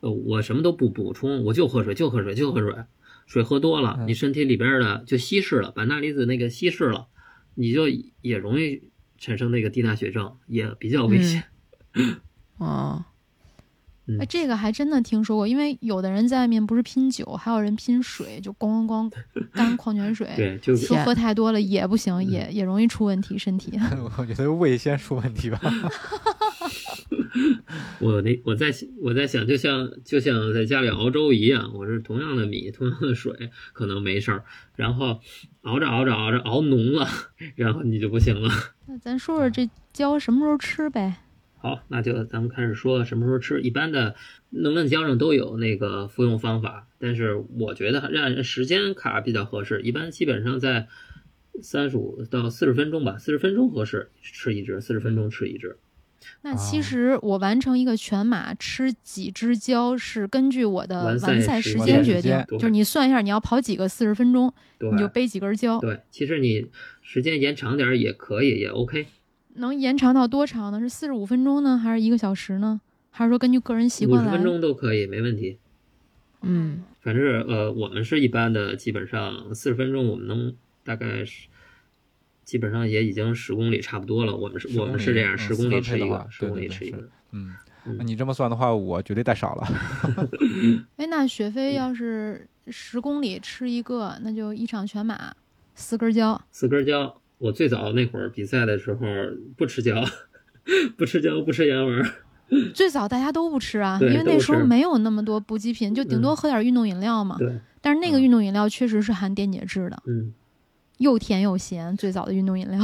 Speaker 4: 呃，我什么都不补充，我就喝水，就喝水，就喝水。水喝多了，
Speaker 3: 嗯
Speaker 4: 你身体里边的就稀释了，把钠离子那个稀释了，你就也容易产生那个低钠血症，也比较危险。
Speaker 2: 哦，
Speaker 3: 嗯
Speaker 1: 哎，这个还真的听说过，因为有的人在外面不是拼酒，还有人拼水，就咣咣 咣干矿泉水，
Speaker 4: 对，就
Speaker 1: 说喝太多了也不
Speaker 3: 嗯
Speaker 1: 行，也也容易出问题，身体。
Speaker 3: 我觉得胃先出问题吧。
Speaker 4: 我那我在我在想，就像就像在家里熬粥一样，我是同样的米，同样的水，可能没事儿，然后熬着熬着熬着熬浓了，然后你就不行了。
Speaker 1: 那咱说
Speaker 3: 嗯
Speaker 1: 说这胶什么时候吃呗？
Speaker 4: 好，那就咱们开始说什么时候吃。一般的能论胶上都有那个服用方法，但是我觉得按时间卡比较合适。一般基本上在三十五到四十分钟吧，四十分钟合适吃一支，四十分钟吃一支。
Speaker 1: 那其
Speaker 3: 啊
Speaker 1: 实我完成一个全马吃几支胶是根据我的
Speaker 4: 完赛
Speaker 1: 完赛
Speaker 4: 时
Speaker 1: 时
Speaker 4: 间
Speaker 1: 间
Speaker 3: 时
Speaker 1: 决定
Speaker 3: 间，
Speaker 4: 对
Speaker 1: 就是你算一下你要跑几个四十分钟，
Speaker 4: 对
Speaker 1: 你就背几根胶，
Speaker 4: 对，其实你时间延长点儿也可以，也 OK。
Speaker 1: 能延长到多长呢？是四十五分钟呢，还是一个小时呢？还是说根据个人习
Speaker 4: 五
Speaker 1: 惯啊
Speaker 4: 十
Speaker 1: 来？
Speaker 4: 分钟都可以，没问题。
Speaker 2: 嗯，
Speaker 4: 反正是呃，我们是一般的，基本上四十分钟，我们能大概是，基本上也已经十公里差不多了。我们是
Speaker 3: 10
Speaker 4: 我们是
Speaker 3: 公
Speaker 4: 这样，
Speaker 3: 里
Speaker 4: 十公里
Speaker 3: 嗯四分
Speaker 4: 吃
Speaker 3: 配
Speaker 4: 一
Speaker 3: 的
Speaker 4: 个
Speaker 3: 话，
Speaker 4: 十公里
Speaker 3: 对对对
Speaker 4: 吃一
Speaker 3: 是
Speaker 4: 个。
Speaker 3: 嗯，
Speaker 4: 嗯
Speaker 3: 那你这么算的话，我绝对带少了。
Speaker 1: 哎，那雪
Speaker 4: 嗯
Speaker 1: 飞要是十公里吃一个，那就一场全马四根胶。
Speaker 4: 四根胶，我最早那会儿比赛的时候不吃胶， 不吃胶，不吃盐丸儿。
Speaker 1: 最早大家都不吃啊，因
Speaker 4: 对
Speaker 1: 为那
Speaker 4: 都
Speaker 1: 时候
Speaker 4: 吃
Speaker 1: 没有那么多补给品，就顶多
Speaker 4: 嗯
Speaker 1: 喝点运动饮料嘛。
Speaker 4: 对，
Speaker 1: 但是那个
Speaker 3: 嗯
Speaker 1: 运动饮料确实是含电解质的，
Speaker 4: 嗯，
Speaker 1: 又甜又咸。最早的运动饮料，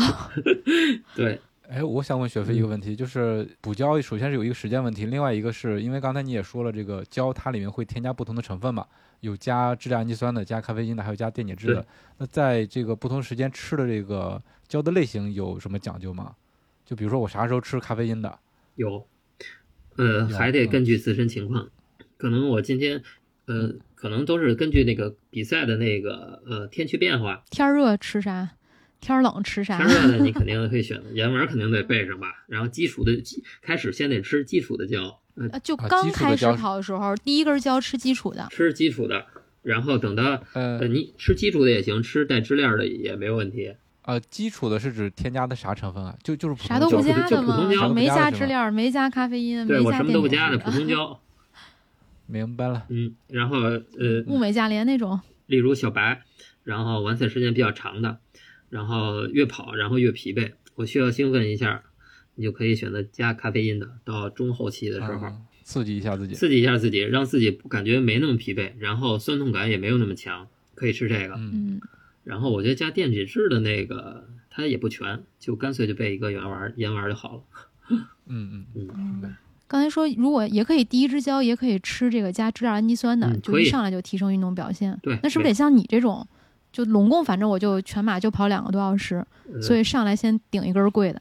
Speaker 4: 对，
Speaker 3: 哎，我想问雪飞一
Speaker 4: 嗯
Speaker 3: 个问题，就是补胶首先是有一个时间问题，另外一个是因为刚才你也说了，这个胶它里面会添加不同的成分嘛，有加质量氨基酸的，加咖啡因的，还有加电解质的
Speaker 4: 对。
Speaker 3: 那在这个不同时间吃的这个胶的类型有什么讲究吗？就比如说我啥时候吃咖啡因的？
Speaker 4: 有，呃，
Speaker 3: 有
Speaker 4: 还得
Speaker 3: 嗯
Speaker 4: 根据自身情况。可能我今天，呃，可能都是根据那个比赛的那个呃天气变化，
Speaker 1: 天儿热吃啥，天儿冷吃啥
Speaker 4: 天。热的你肯定会选盐丸，肯定得备上吧。然后基础的基开始先得吃基础的胶，呃，
Speaker 1: 呃就
Speaker 3: 啊
Speaker 1: 刚
Speaker 3: 基础的
Speaker 1: 开始
Speaker 3: 胶是
Speaker 1: 跑的时候，第一根胶吃基础的，
Speaker 4: 吃基础的，然后等到呃
Speaker 3: 呃
Speaker 4: 你吃基础的也行，吃带支链的也没问题。
Speaker 3: 呃，基础的是指添加的啥成分啊？就就是普通
Speaker 1: 啥都不
Speaker 3: 胶
Speaker 1: 加
Speaker 4: 就
Speaker 1: 的
Speaker 4: 普通胶
Speaker 1: 嘛，
Speaker 4: 都不
Speaker 1: 没
Speaker 3: 加
Speaker 1: 加
Speaker 3: 的是
Speaker 1: 质
Speaker 3: 吗
Speaker 1: 量，没加咖啡因，嗯
Speaker 4: 对
Speaker 1: 没
Speaker 4: 我
Speaker 1: 加
Speaker 4: 什么
Speaker 1: 电
Speaker 4: 都不
Speaker 1: 解
Speaker 4: 加的
Speaker 1: 质
Speaker 4: 普通胶，
Speaker 3: 明白了。
Speaker 4: 嗯，然后呃
Speaker 1: 物美价廉那种。
Speaker 4: 例如小白，然后完赛时间比较长的，然后越跑然后越疲惫，我需要兴奋一下，你就可以选择加咖啡因的，到中后期的时候、
Speaker 3: 嗯，刺激一下自己。
Speaker 4: 刺激一下自己，让自己感觉没那么疲惫，然后酸痛感也没有那么强，可以吃这个。
Speaker 3: 嗯，
Speaker 1: 嗯，
Speaker 4: 然后我觉得加电解质的那个它也不全，就干脆就备一个盐丸盐丸就好了。
Speaker 3: 嗯嗯
Speaker 1: 嗯
Speaker 3: 白
Speaker 1: 刚才说如果也可以第一支胶，也可以吃这个加质量氨基酸的，
Speaker 4: 嗯
Speaker 1: 就
Speaker 4: 可
Speaker 1: 一
Speaker 4: 以
Speaker 1: 上来就提升运动表现。
Speaker 4: 对，
Speaker 1: 那是不是得像你这种，就拢共反正我就全马就跑两个多小时，
Speaker 4: 呃
Speaker 1: 所以上来先顶一根贵的。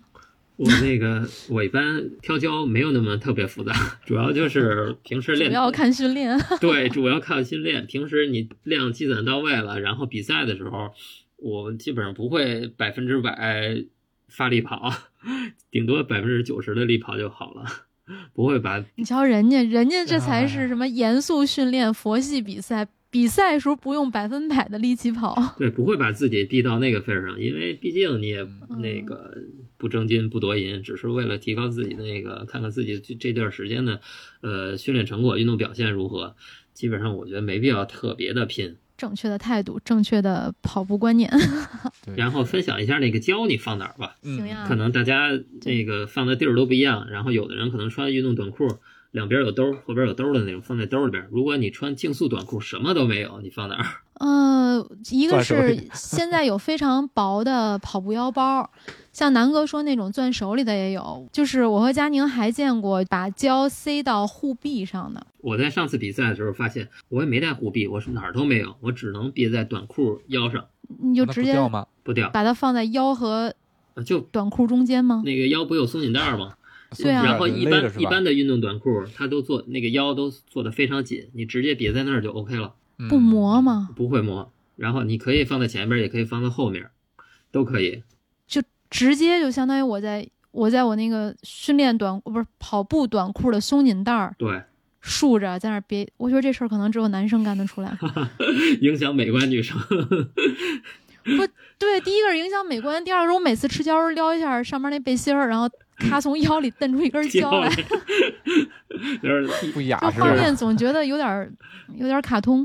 Speaker 4: 我那 个我一般挑胶没有那么特别复杂，主要就是平时练
Speaker 1: 主要看训练，
Speaker 4: 对，主要靠训练。平时你量积攒到位了，然后比赛的时候，我基本上不会百分之百发力跑，顶多百分之九十的力跑就好了，不会把
Speaker 1: 你瞧人家，人家这才
Speaker 3: 啊
Speaker 1: 是什么严肃训练、佛系比赛。比赛的时候不用百分百的力气跑。
Speaker 4: 对，不会把自己逼到那个份儿上，因为毕竟你也那个不争金不夺银，只是为了提高自己那个，看看自己这这段时间的呃训练成果、运动表现如何。基本上我觉得没必要特别的拼。
Speaker 1: 正确的态度，正确的跑步观念，
Speaker 3: 对，
Speaker 4: 然后分享一下那个胶你放哪儿吧，
Speaker 1: 行呀
Speaker 3: 嗯，
Speaker 4: 可能大家那个放的地儿都不一样，然后有的人可能穿运动短裤。两边有兜儿，后边有兜儿的那种放在兜儿里边儿。如果你穿竞速短裤，什么都没有，你放哪儿？
Speaker 1: 呃，一个
Speaker 3: 攥手
Speaker 1: 是
Speaker 3: 里
Speaker 1: 现在有非常薄的跑步腰包，像南哥说那种攥手里的也有，就是我和佳宁还见过把胶塞到护臂上的，
Speaker 4: 我在上次比赛的时候发现，我也没带护臂，我是哪儿都没有，我只能别在短裤腰上，
Speaker 1: 你就
Speaker 3: 哦那
Speaker 1: 直
Speaker 3: 不
Speaker 1: 接
Speaker 3: 掉吗？
Speaker 4: 不掉，呃
Speaker 1: 把它放在腰和
Speaker 4: 就
Speaker 1: 短裤中间
Speaker 3: 嗯
Speaker 1: 吗？
Speaker 4: 那个腰不有松紧带儿吗？
Speaker 1: 对啊
Speaker 4: 然后一般一般
Speaker 3: 的
Speaker 4: 的运动短裤，它都做那个腰都做的非常紧，你直接别在那儿就 OK 了，
Speaker 3: 嗯
Speaker 1: 不磨？吗？
Speaker 4: 不会磨。然后你可以放在前边儿，也可以放在后面儿，都可以。
Speaker 1: 就直接就相当于我在我在我那个训练短不是跑步短裤的松紧带儿
Speaker 4: 对，
Speaker 1: 竖着在那儿别，我觉得这事儿可能只有男生干得出 来。
Speaker 4: 影响美观女生。
Speaker 1: 对，第一个是影响美观，第二个是我每次吃胶儿撩一下上面那背心儿，然后咔从腰里蹬出 一根胶来，
Speaker 4: 就是
Speaker 3: 不雅
Speaker 1: 这
Speaker 3: 是
Speaker 1: 画
Speaker 3: 吧？
Speaker 1: 面总觉得有点儿有点儿卡通。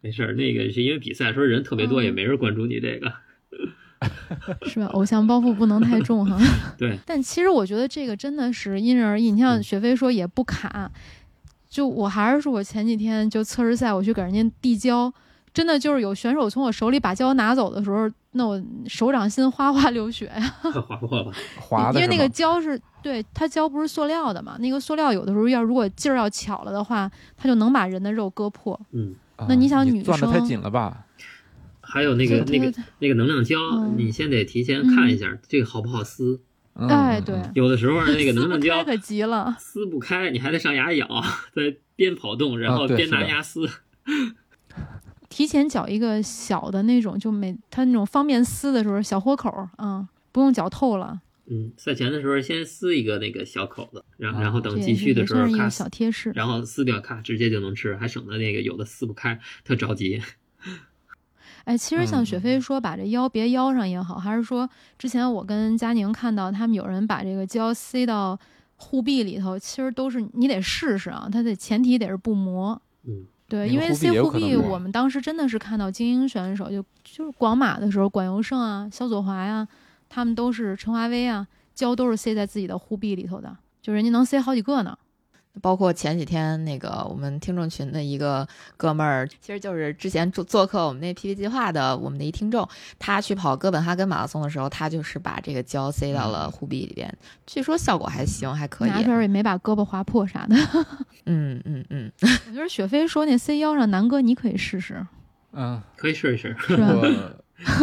Speaker 4: 没事儿，那个是因为比赛时候人特别多，
Speaker 1: 嗯
Speaker 4: 也没人关注你这个。
Speaker 1: 是吧？偶像包袱不能太重哈。
Speaker 4: 对。
Speaker 1: 但其实我觉得这个真的是因人而异。你像
Speaker 4: 嗯
Speaker 1: 雪飞说也不卡，就我还是说我前几天就测试赛，我去给人家递交，真的就是有选手从我手里把胶拿走的时候，那我手掌心哗哗流血呀，
Speaker 4: 划破了，
Speaker 3: 滑
Speaker 1: 因
Speaker 3: 的
Speaker 1: 为
Speaker 3: 是
Speaker 1: 那个
Speaker 3: 吗？
Speaker 1: 胶是对它胶不是塑料的嘛，那个塑料有的时候要如果劲儿要巧了的话，它就能把人的肉割破。
Speaker 4: 嗯。
Speaker 3: 啊
Speaker 1: 那你想女
Speaker 3: 攥的太
Speaker 1: 生
Speaker 3: 紧了吧？
Speaker 4: 还有那个
Speaker 1: 对
Speaker 4: 那个那个能量胶，
Speaker 1: 嗯
Speaker 4: 你先得提前看一下这个好不好撕。
Speaker 3: 嗯
Speaker 1: 哎，
Speaker 3: 嗯
Speaker 1: 对，
Speaker 3: 嗯
Speaker 4: 有的时候那个
Speaker 1: 撕
Speaker 4: 能量
Speaker 1: 不开
Speaker 4: 胶
Speaker 1: 可急了。
Speaker 4: 撕不开，你还得上牙咬， 再边跑动，然后
Speaker 3: 啊对
Speaker 4: 边
Speaker 3: 是的
Speaker 4: 拿牙撕。
Speaker 1: 提前绞一个小的那种，就每它那种方便撕的时候小豁口儿啊、不用绞透了。
Speaker 4: 嗯，赛前的时候先撕一个那个小口子，然后
Speaker 3: 啊
Speaker 4: 然后
Speaker 1: 这
Speaker 4: 等急
Speaker 1: 也是
Speaker 4: 需
Speaker 1: 也
Speaker 4: 嗯的时
Speaker 1: 算
Speaker 4: 候
Speaker 1: 是一
Speaker 4: 咔嗯
Speaker 1: 个
Speaker 4: 撕
Speaker 1: 小，贴士。
Speaker 4: 然后撕掉咔直接就能吃，还省得那个有的撕不开，特着急。
Speaker 1: 哎，其实
Speaker 4: 嗯
Speaker 1: 像雪飞说，把这腰别腰上也好，还是说之前我跟佳宁看到他们有人把这个胶塞到护臂里头，其实都是你得试试啊，它得前提得是不磨。
Speaker 4: 嗯，
Speaker 1: 对，
Speaker 3: 那个
Speaker 1: 因为
Speaker 3: 护臂
Speaker 1: 塞
Speaker 3: 也有
Speaker 1: 护
Speaker 3: 可能
Speaker 1: 臂，
Speaker 3: 磨
Speaker 1: 我们当时真的是看到精英选手，就就是广马的时候，管尤胜啊、肖佐华呀、他们都是陈华威啊，胶都是塞在自己的护臂里头的，就人家能塞好几个呢。
Speaker 2: 包括前几天那个我们听众群的一个哥们儿，其实就是之前做做客我们那 PP 计划的我们的一听众，他去跑哥本哈根马拉松的时候，他就是把这个胶塞到了护臂里边，据说效果还行，还可以。
Speaker 1: 拿出来也没把胳膊划破啥的。
Speaker 2: 嗯嗯嗯，
Speaker 1: 我觉得雪飞说那塞腰上，南哥你可以试试，
Speaker 3: 嗯，
Speaker 4: 可以试一试。
Speaker 1: 是吧？
Speaker 3: 我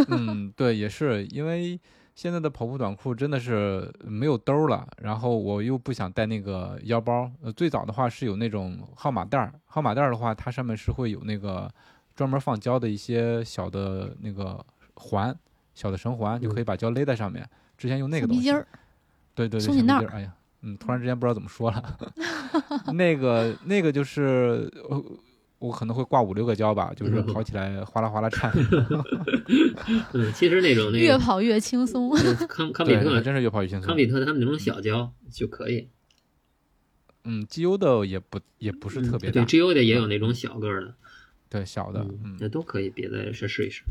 Speaker 3: 嗯，对，也是因为现在的跑步短裤真的是没有兜儿了，然后我又不想带那个腰包。呃，最早的话是有那种号码袋儿，号码袋儿的话，它上面是会有那个专门放胶的一些小的那个环，小的绳环，就可以把胶勒在上面。之前用那个
Speaker 1: 小
Speaker 3: 东
Speaker 1: 逼
Speaker 3: 西
Speaker 1: 筋，儿，
Speaker 3: 对对对，
Speaker 1: 松
Speaker 3: 橡
Speaker 1: 紧
Speaker 3: 皮
Speaker 1: 带
Speaker 3: 筋儿哎呀，嗯，突然之间不知道怎么说了。 那个那个就是我我可能会挂五六个胶吧，就是跑起来哗啦哗啦 颤。
Speaker 4: 嗯，其实那种那
Speaker 1: 越
Speaker 4: 个
Speaker 1: 跑越轻松。
Speaker 4: 呃康康比
Speaker 3: 对，还
Speaker 4: 特
Speaker 3: 真是越跑越轻松。
Speaker 4: 康比特他们那种小胶就可以，
Speaker 3: 嗯，GU 的也不也不是特别大，
Speaker 4: 嗯对 GU 的也有那种小个儿的，
Speaker 3: 对小的，
Speaker 4: 嗯，那
Speaker 3: 嗯，
Speaker 4: 都可以别的试试一试。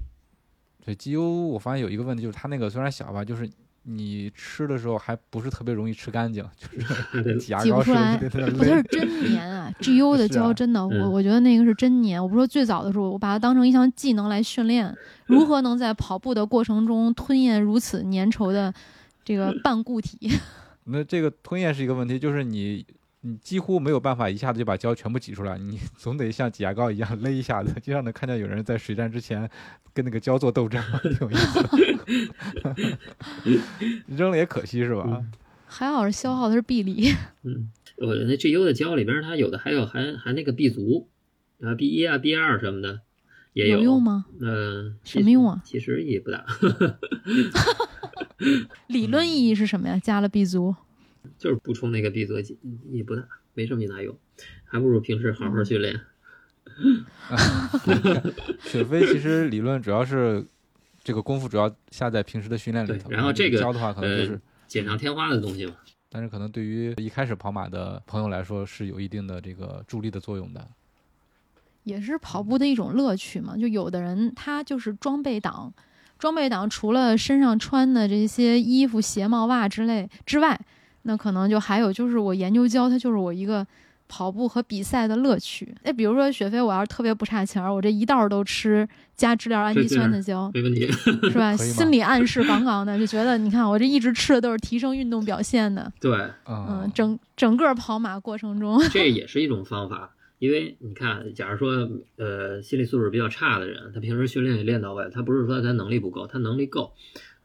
Speaker 3: 对 GU 我发现有一个问题就是它那个虽然小吧，就是你吃的时候还不是特别容易吃干净，就是挤牙
Speaker 1: 挤
Speaker 3: 膏
Speaker 1: 不
Speaker 3: 时
Speaker 1: 出来
Speaker 3: 候就得
Speaker 1: 我它是
Speaker 3: 勒。
Speaker 1: 真粘啊 ，GU 的
Speaker 3: 是啊
Speaker 1: 胶真的，我
Speaker 4: 嗯
Speaker 1: 我觉得那个是真粘。我不是说最早的时候，我把它当成一项技能来训练，如何能在跑步的过程中吞咽如此粘稠的这 个半固体。
Speaker 3: 那这个吞咽是一个问题，就是你你几乎没有办法一下子就把胶全部挤出来，你 总得像挤牙膏一样勒一下子，就让能看见有人在水战之前跟那个胶做斗争， 挺有意思的。 扔了也可惜是吧？
Speaker 1: 还好是消耗的是臂力，
Speaker 4: 嗯，我那 GU 的胶里边，它有的还有含含那个 B 族，啊 B 一啊 B 二什么的也
Speaker 1: 有用？吗？
Speaker 4: 嗯，
Speaker 1: 什么用啊
Speaker 4: 其实？其实也不大，
Speaker 1: 理
Speaker 3: 嗯
Speaker 1: 论意义是什么呀？加了 B 族，
Speaker 4: 就是
Speaker 1: 嗯
Speaker 4: 补充那个 B 族也不大，没什么大用，还不如平时好好训练。
Speaker 3: 雪飞其实理论主要是这个功夫主要下在平时的训练里
Speaker 4: 对
Speaker 3: 头，
Speaker 4: 然后这个
Speaker 3: 教的话可能就是，
Speaker 4: 呃锦上添花的东西嘛。
Speaker 3: 但是可能对于一开始跑马的朋友来说是有一定的这个助力的作用的。
Speaker 1: 也是
Speaker 3: 嗯
Speaker 1: 跑步的一种乐趣嘛。就有的人他就是装备党，装备党除了身上穿的这些衣服、鞋帽、袜之类之外，那可能就还有就是我研究教它就是我一个跑步和比赛的乐趣。哎，比如说雪飞，我要是特别不差钱儿，我这一道都吃加支链氨基酸的 胶，
Speaker 4: 没问题，
Speaker 1: 是吧？
Speaker 3: 可以吗
Speaker 1: 心理暗示杠杠的，就觉得你看我这一直吃的都是提升运动表现的。
Speaker 4: 对，
Speaker 3: 嗯
Speaker 1: 嗯，整整个跑马过程中，
Speaker 4: 这也是一种方法。因为你看，假如说呃心理素质比较差的人，他平时训练也练到位，他不是说他能力不够，他能力够，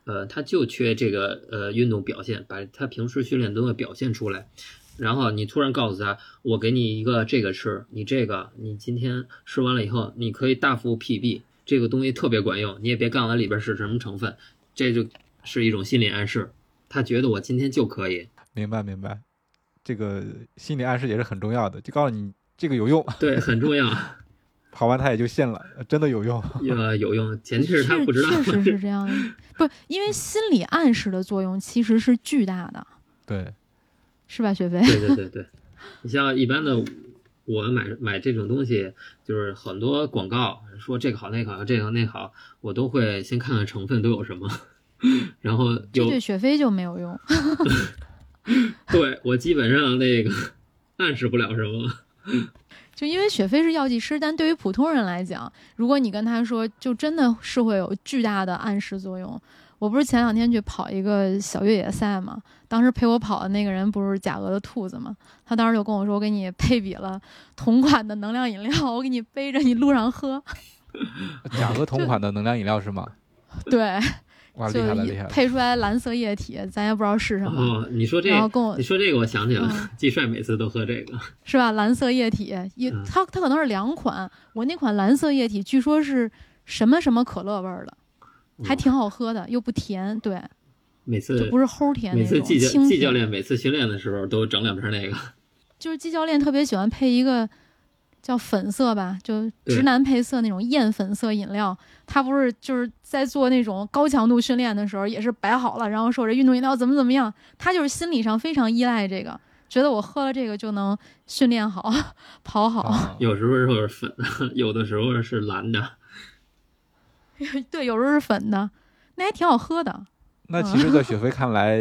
Speaker 4: 呃，他就缺这个呃运动表现，把他平时训练中的表现出来。然后你突然告诉他，我给你一个这个吃，你这个你今天吃完了以后，你可以大幅 PB，这个东西特别管用，你也别告诉他里边是什么成分，这就是一种心理暗示，他觉得我今天就可以，
Speaker 3: 明白明白，这个心理暗示也是很重要的，就告诉你这个有用，
Speaker 4: 对，很重要。
Speaker 3: 跑完他也就信了，真的有用。
Speaker 4: 呃，有用，前提是他不知道。
Speaker 1: 确实 是这样的，不，因为心理暗示的作用其实是巨大的，
Speaker 3: 对，
Speaker 1: 是吧，雪飞？
Speaker 4: 对对对对，你像一般的，我们买买这种东西，就是很多广告说这个好那个好这个那个好，我都会先看看成分都有什么， 然后
Speaker 1: 这
Speaker 4: 有
Speaker 1: 对雪飞就没有用。
Speaker 4: 对我基本上那个 暗示不了什么。
Speaker 1: 就因为雪飞是药剂师，但对于普通人来讲，如果你跟他说，就真的是会有巨大的暗示作用。我不是前两天去跑一个小越野赛嘛，当时陪我跑的那个人不是甲鹅的兔子嘛，他当时就跟我说，我给你配比了同款的能量饮料，我给你背着你路上喝。
Speaker 3: 甲和同款的能量饮料是吗？
Speaker 1: 对，
Speaker 3: 哇，啊厉
Speaker 1: 就
Speaker 3: 害了
Speaker 1: 一
Speaker 3: 厉害了！
Speaker 1: 配出来蓝色液体，咱也不知道是什么，
Speaker 4: 哦，你说这
Speaker 1: 然后跟我
Speaker 4: 你说这个，我想起
Speaker 1: 嗯
Speaker 4: 了，季帅每次都喝这个。
Speaker 1: 是吧？蓝色液体，也
Speaker 4: 嗯
Speaker 1: 它它可能是两款，我那款蓝色液体据说是什么什么可乐味儿的，还挺好喝的，又不甜，对，
Speaker 4: 嗯每
Speaker 1: 就
Speaker 4: 次
Speaker 1: 不是齁甜
Speaker 4: 每
Speaker 1: 那
Speaker 4: 次
Speaker 1: 种，
Speaker 4: 季教
Speaker 1: 清哦
Speaker 4: 季教
Speaker 1: 甜。
Speaker 4: 练每次训练的时候都整两瓶那个。
Speaker 1: 就是季教练特别喜欢配一个叫粉色吧，就
Speaker 4: 对
Speaker 1: 直男配色那种艳粉色饮料。他不是就是在做那种高强度训练的时候，也是摆好了，然后说我这运动饮料怎么怎么样。他就是心理上非常依赖这个，觉得我喝了这个就能训练好、 跑好。
Speaker 3: 啊，
Speaker 4: 有时候是粉， 有的时候是蓝的。
Speaker 1: 对，有时候是粉的，那还挺好喝的。
Speaker 3: 那其
Speaker 1: 嗯
Speaker 3: 实，在雪飞看来，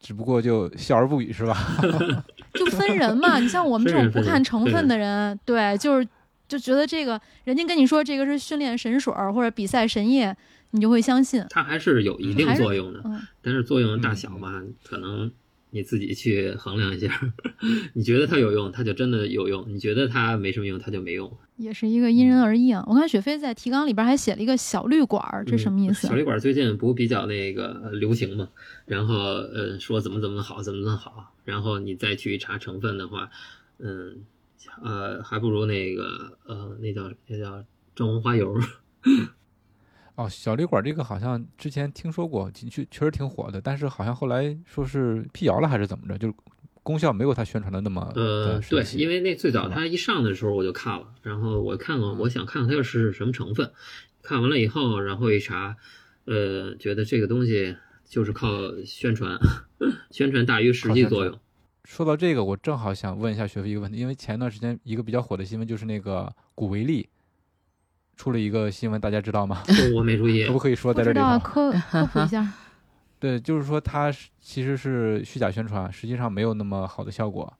Speaker 3: 只不过就笑而不语是吧？
Speaker 1: 就分人嘛，你像我们这种不看成分的人，对，就是就觉得这个人家跟你说这个是训练神水儿或者比赛神液，你就会相信。
Speaker 4: 它还是有一定
Speaker 1: 还是
Speaker 4: 作用的，
Speaker 1: 嗯
Speaker 4: 但是作用大小嘛，可能你自己去衡量一下。 你觉得它有用，它就真的有用；你觉得它没什么用，它就没用。
Speaker 1: 也是一个因人而异啊。我看雪飞在提纲里边还写了一个小绿管儿，这什么意思？
Speaker 4: 嗯
Speaker 1: 啊
Speaker 4: 小旅馆最近不比较那个呃流行嘛，然后呃说怎么怎么好，怎么怎么好，然后你再去查成分的话，嗯呃还不如那个呃那叫那叫正红花油。
Speaker 3: 哦，小旅馆这个好像之前听说过，的确确实挺火的，但是好像后来说是辟谣了还是怎么着，就是功效没有他宣传的那么
Speaker 4: 呃，嗯
Speaker 3: 神
Speaker 4: 对，
Speaker 3: 奇
Speaker 4: 因为那最早
Speaker 3: 是吧
Speaker 4: 它一上的时候我就看了，然后我看了，我想看看它是什么成分，看完了以后，然后一查，呃，觉得这个东西就是靠宣传， 宣传大于实际作用。
Speaker 3: 说到这个，我正好想问一下学飞一个问题，因为前段时间一个比较火的新闻就是那个古维力出了一个新闻，大家知道吗？
Speaker 4: 我没注意
Speaker 3: 可，不可以说
Speaker 1: 不
Speaker 3: 在这
Speaker 1: 知
Speaker 3: 里
Speaker 1: 道啊
Speaker 3: 头？
Speaker 1: 科科普一 下。
Speaker 3: 对，就是说它是其实是虚假宣传，实际上没有那么好的效果。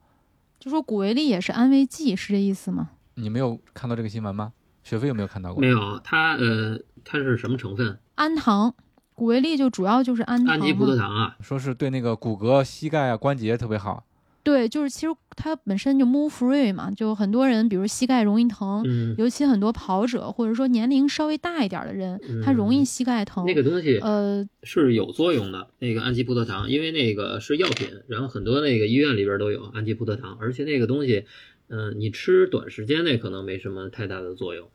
Speaker 1: 就说古维力也是安慰剂，是这意思吗？
Speaker 3: 你没有看到这个新闻吗？学飞有没有看到过？
Speaker 4: 没有它，呃，它是什么成分？
Speaker 1: 氨糖，古维力就主要就是氨糖
Speaker 4: 氨基葡萄
Speaker 1: 嘛。
Speaker 4: 糖啊，
Speaker 3: 说是对那个骨骼、膝盖啊、关节特别好。
Speaker 1: 对，就是其实它本身就 move free 嘛，就很多人比如膝盖容易疼，
Speaker 4: 嗯，
Speaker 1: 尤其很多跑者或者说年龄稍微大一点的人，他容易膝盖疼。
Speaker 4: 嗯那个嗯东西
Speaker 1: 呃，
Speaker 4: 是有作用的，那个氨基葡萄糖，因为那个是药品，然后很多那个医院里边都有氨基葡萄糖，而且那个东西，嗯、你吃短时间内可能没什么太大的作用，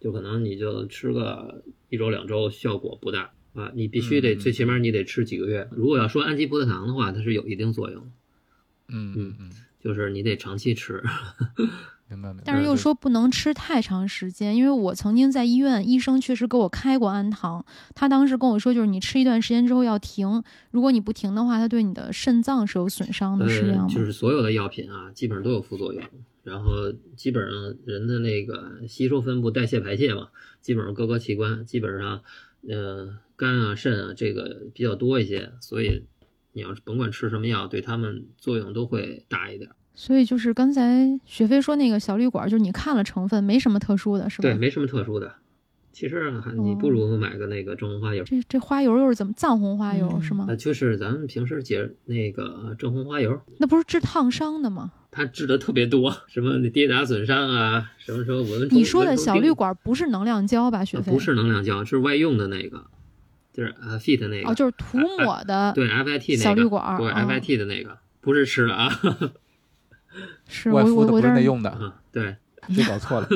Speaker 4: 就可能你就吃个一周两周效果不大啊，你必须得、
Speaker 3: 嗯嗯
Speaker 4: 最起码你得吃几个月。如果要说氨基葡萄糖的话，它是有一定作用，
Speaker 3: 嗯
Speaker 4: 嗯
Speaker 3: 嗯，
Speaker 4: 就是你得长期吃，
Speaker 3: 明白明白。
Speaker 1: 但是又说不能吃太长时间，因为我曾经在医院，医生确实给我开过氨糖，他当时跟我说，就是你吃一段时间之后要停，如果你不停的话，它对你的肾脏是有损伤嗯的，是这样吗？
Speaker 4: 呃嗯就是所有的药品啊，基本上都有副作用，然后基本上人的那个吸收、分布、代谢、排泄嘛，基本上各个器官基本上，呃，肝啊、肾啊这个比较多一些，所以你要是甭管吃什么药，对它们作用都会大一点。
Speaker 1: 所以就是刚才雪飞说那个小绿管，就是你看了成分没什么特殊的，是吧？哦
Speaker 4: 对，没什么特殊的。其实啊，你不如买个那个正红花油。
Speaker 1: 这这花油又是怎么藏红花油、
Speaker 2: 嗯
Speaker 1: 是吗？
Speaker 4: 啊，就是咱们平时解那个正红花油，
Speaker 1: 那不是治烫伤的吗？
Speaker 4: 它治的特别多，什么跌打损伤啊，什么时候蚊虫。
Speaker 1: 你说的
Speaker 4: 蚊虫
Speaker 1: 小
Speaker 4: 叮
Speaker 1: 绿管不是能量胶吧，雪
Speaker 4: 呃
Speaker 1: 飞？
Speaker 4: 不是能量胶，是外用的那个，就是呃 fit 那个，
Speaker 1: 哦，就是涂
Speaker 3: 呃
Speaker 1: 抹的，
Speaker 4: 对 FIT 那个
Speaker 1: 小绿管儿
Speaker 4: 对
Speaker 1: 啊
Speaker 4: FIT 的那个，不是吃的啊，
Speaker 1: 是
Speaker 3: 外
Speaker 1: 我
Speaker 3: 敷
Speaker 1: 我
Speaker 3: 的
Speaker 1: 我
Speaker 3: 不
Speaker 1: 这
Speaker 3: 是内
Speaker 1: 儿
Speaker 3: 用的，
Speaker 4: 啊，对，
Speaker 3: 谁搞错了？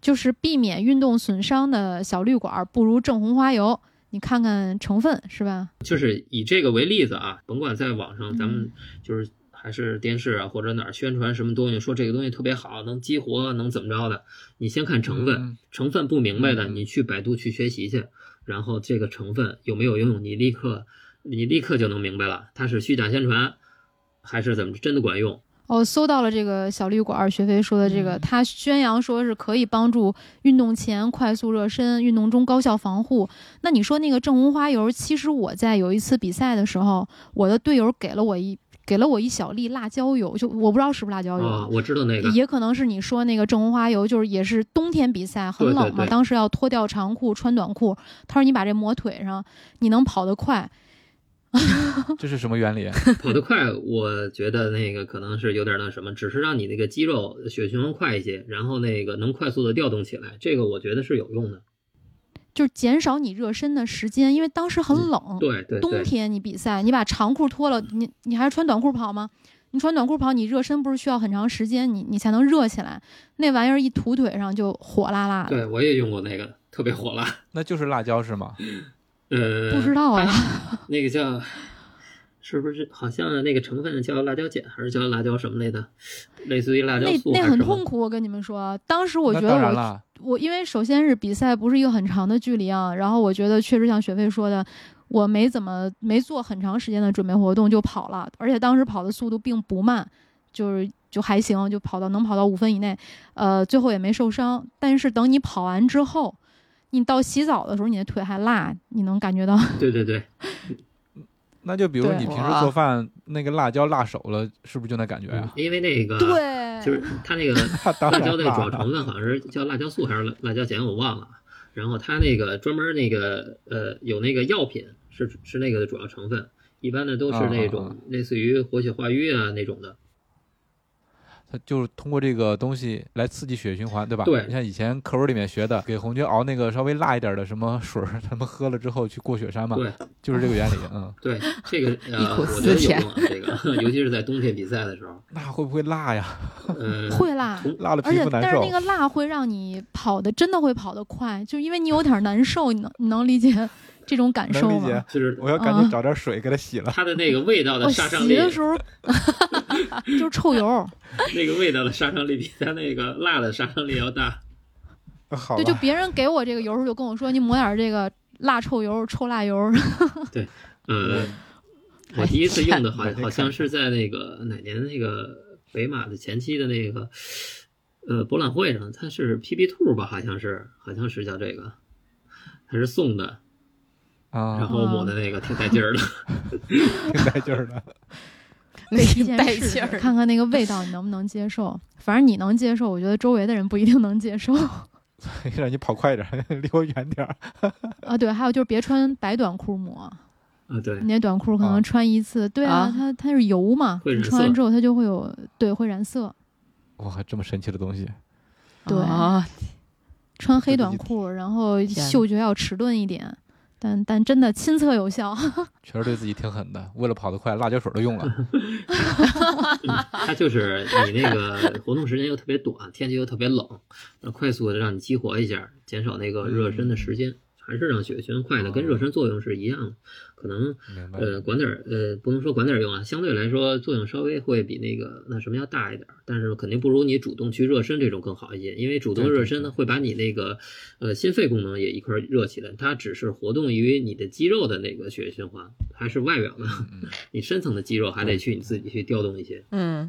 Speaker 1: 就是避免运动损伤的小绿管，不如正红花油。你看看成分是吧？
Speaker 4: 就是以这个为例子啊，甭管在网上咱们
Speaker 1: 嗯
Speaker 4: 就是还是电视啊或者哪儿宣传什么东西，说这个东西特别好，能激活，能怎么着的，你先看成分，
Speaker 3: 嗯
Speaker 4: 成分不明白的，
Speaker 3: 嗯嗯
Speaker 4: 你去百度去学习去，然后这个成分有没有用，你立刻你立刻就能明白了，它是虚假宣传还是怎么真的管用。
Speaker 1: 哦，搜到了这个小绿管，学飞说的这个，
Speaker 2: 嗯
Speaker 1: 他宣扬说是可以帮助运动前快速热身，运动中高效防护。那你说那个正红花油，其实我在有一次比赛的时候，我的队友给了我一给了我一小粒辣椒油，就我不知道是不是辣椒油啊，
Speaker 4: 哦，我知道那个，
Speaker 1: 也可能是你说那个正红花油，就是也是冬天比赛很
Speaker 4: 对对
Speaker 1: 冷嘛，
Speaker 4: 对
Speaker 1: 当时要脱掉长裤穿短裤。他说你把这抹腿上，你能跑得快。
Speaker 3: 这是什么原理？
Speaker 4: 跑得快，我觉得那个可能是有点那什么，只是让你那个肌肉血循环快一些，然后那个能快速的调动起来，这个我觉得是有用的。
Speaker 1: 就是减少你热身的时间，因为当时很冷，
Speaker 4: 嗯对对
Speaker 1: 冬
Speaker 4: 对，
Speaker 1: 天你比赛，你把长裤脱了，你你还是穿短裤跑吗？你穿短裤跑，你热身不是需要很长时间，你你才能热起来。那玩意儿一涂腿上就火辣辣的，
Speaker 4: 对我也用过那个，特别火 辣。
Speaker 3: 那就是辣椒是吗？
Speaker 4: 呃，
Speaker 1: 不知道啊
Speaker 4: 它那个叫是不是好像那个成分叫辣椒碱还是叫辣椒什么类的，类似于辣椒
Speaker 1: 那
Speaker 4: 素
Speaker 1: 那
Speaker 4: 还是
Speaker 1: 很
Speaker 4: 什
Speaker 1: 痛
Speaker 4: 么？
Speaker 1: 苦。我跟你们说，当时我
Speaker 3: 那
Speaker 1: 觉得
Speaker 3: 当然
Speaker 1: 我
Speaker 3: 了，
Speaker 1: 我因为首先是比赛不是一个很长的距离啊，然后我觉得确实像雪飞说的，我没怎么没做很长时间的准备活动就跑了，而且当时跑的速度并不慢，就是就还行，就跑到能跑到五分以内，呃，最后也没受伤。但是等你跑完之后，你到洗澡的时候，你的腿还辣，你能感觉到
Speaker 4: 对对对，
Speaker 3: 那就比如
Speaker 1: 对
Speaker 3: 你平时
Speaker 2: 哇
Speaker 3: 做饭那个辣椒辣手了，是不是就那感觉呀、
Speaker 4: 因为那 个
Speaker 1: 对，
Speaker 4: 就是它那个
Speaker 3: 那当
Speaker 4: 嗯辣
Speaker 3: 然
Speaker 4: 椒那个主要
Speaker 3: 辣
Speaker 4: 成
Speaker 3: 了，
Speaker 4: 分好像是叫辣椒素还是辣椒碱，我忘了。然后它那个专门那个呃有那个药品是是那个的主要成分，一般的都是那
Speaker 3: 啊啊啊
Speaker 4: 种类似于活血化瘀啊那种的。
Speaker 3: 它就是通过这个东西来刺激血液循环，对吧？
Speaker 4: 对
Speaker 3: 你像以前课文里面学的，给红军熬那个稍微辣一点的什么水儿， 他们喝了之后去过雪山嘛，
Speaker 4: 对
Speaker 3: 就是这个原理。嗯，
Speaker 4: 对，这个
Speaker 2: 忆
Speaker 4: 呃
Speaker 2: 苦
Speaker 4: 我觉
Speaker 2: 思
Speaker 4: 得有
Speaker 2: 甜
Speaker 4: 用啊，这个 尤其是在冬天比赛的时 候，
Speaker 3: 那会不会辣呀？
Speaker 4: 呃，
Speaker 1: 会辣。
Speaker 3: 辣了
Speaker 1: 而
Speaker 3: 皮
Speaker 1: 且
Speaker 3: 肤，难
Speaker 1: 但是
Speaker 3: 受
Speaker 1: 那。个辣会让你跑的，真的会跑得快，就因为你有点难受，你能你能理解这种感受
Speaker 3: 能理
Speaker 1: 吗？
Speaker 3: 解。
Speaker 4: 就是
Speaker 3: 我要赶紧
Speaker 1: 嗯
Speaker 3: 找点水给它洗了。
Speaker 4: 它的那个味道的
Speaker 1: 我
Speaker 4: 杀伤
Speaker 1: 洗
Speaker 4: 力，
Speaker 1: 的时 候就是臭油，
Speaker 4: 那个味道的杀伤力比它那个辣的杀伤力要大。
Speaker 3: 好
Speaker 1: 对，就
Speaker 3: 吧，
Speaker 1: 别人给我这个油时候就跟我说，你抹点这个辣臭油、臭辣油。
Speaker 3: 哦
Speaker 4: 呃，我
Speaker 2: 哎
Speaker 4: 第一次用的
Speaker 3: 看
Speaker 4: 好
Speaker 3: 哪天
Speaker 4: 好
Speaker 3: 看
Speaker 4: 像是在那个哪年那个北马的前期的那个呃博览会上，它是 PB Two 吧，好像是好像是叫这个，它是送的，然
Speaker 3: 啊，
Speaker 4: 后抹的那个挺带劲儿的。
Speaker 3: 挺带劲儿的。
Speaker 2: 那
Speaker 1: 一
Speaker 2: 个
Speaker 1: 件
Speaker 2: 带
Speaker 1: 事
Speaker 2: 劲儿，
Speaker 1: 看看那个味道你能不能接受。反正你能接受，我觉得周围的人不一定能接受
Speaker 3: 让你跑快点儿， 离我远点儿。
Speaker 1: 啊。对，还有就是别穿白短裤抹，
Speaker 4: 啊，对
Speaker 1: 你，那短裤可能
Speaker 3: 啊
Speaker 1: 穿一次，对啊
Speaker 2: 啊，
Speaker 1: 它它是油嘛，
Speaker 4: 会
Speaker 1: 你
Speaker 4: 染
Speaker 1: 穿完
Speaker 4: 色
Speaker 1: 之后它就会有对会染色。
Speaker 3: 哇，这么神奇的东西！
Speaker 1: 对
Speaker 2: 啊，
Speaker 1: 穿
Speaker 3: 这
Speaker 1: 黑
Speaker 3: 个
Speaker 1: 短
Speaker 3: 就
Speaker 1: 裤，然后
Speaker 2: 天
Speaker 1: 嗅觉要迟钝一点，但但真的亲测有效。
Speaker 3: 确实对自己挺狠的，为了跑得快，辣椒水都用了。
Speaker 4: 它就是你那个活动时间又特
Speaker 3: 嗯
Speaker 4: 别短，天气又特别冷，那快速的让你激活一下，减少那个热身的时间，还是让血液循环快的，跟热身作用是一样的。可能
Speaker 3: 明白。
Speaker 4: 呃管点儿呃不能说管点儿用啊，相对来说作用稍微会比那个那什么要大一点儿，但是肯定不如你主动去热身这种更好一些，因为主动
Speaker 3: 对对
Speaker 4: 热身呢会把你那个呃心肺功能也一块儿热起来，它只是活动于你的肌肉的那个血液循环，还是外表的，
Speaker 3: 嗯嗯
Speaker 4: 你深层的肌肉还得去你自己去调动一些。
Speaker 2: 嗯，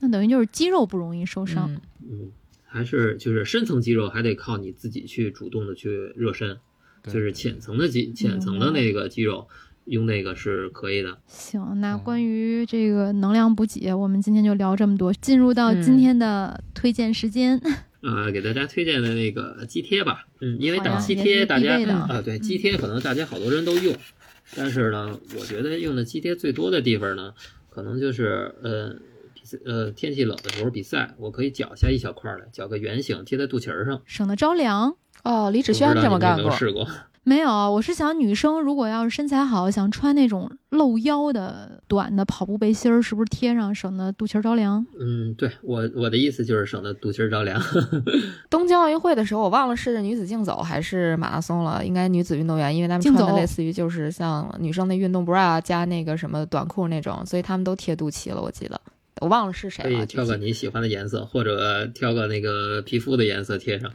Speaker 1: 那等于就是肌肉不容易受伤。
Speaker 2: 嗯
Speaker 4: 嗯，还是就是深层肌肉还得靠你自己去主动的去热身，
Speaker 3: 对
Speaker 4: 就是浅层的肌浅层的那个肌肉，用那个是可以的。
Speaker 1: 行，那
Speaker 3: 嗯
Speaker 1: 关于这个能量补给，我们今天就聊这么多，进入到今
Speaker 2: 嗯
Speaker 1: 天的推荐时间。
Speaker 4: 呃，给大家推荐的那个肌贴吧，嗯，因为
Speaker 1: 好呀
Speaker 4: 打肌
Speaker 1: 也是
Speaker 4: 贴大家
Speaker 1: 必备的
Speaker 4: 啊、对肌贴可能大家好多人都用，但是呢，我觉得用的肌贴最多的地方呢，可能就是呃。比赛呃，天气冷的时候比赛，我可以绞下一小块儿来，绞个圆形贴在肚脐儿上。
Speaker 1: 省得着凉。
Speaker 2: 哦，李芷轩这么干
Speaker 4: 我
Speaker 2: 过
Speaker 4: 不，知道你们有没有试过？
Speaker 1: 没有，我是想女生如果要是身材好，想穿那种露腰的短的跑步背心儿，是不是贴上省得肚脐儿着凉？
Speaker 4: 嗯，对我我的意思就是省得肚脐儿着凉。
Speaker 2: 东京奥运会的时候，我忘了是女子竞走还是马拉松了，应该女子运动员，因为他们
Speaker 1: 竞
Speaker 2: 穿的
Speaker 1: 走
Speaker 2: 类似于就是像女生的运动 bra 啊加那个什么短裤那种，所以他们都贴肚脐了，我记得，我忘了是谁
Speaker 4: 可
Speaker 2: 了，
Speaker 4: 以
Speaker 2: 具
Speaker 4: 挑个
Speaker 2: 体
Speaker 4: 你喜欢的颜色，或者挑个那个皮肤的颜色贴上，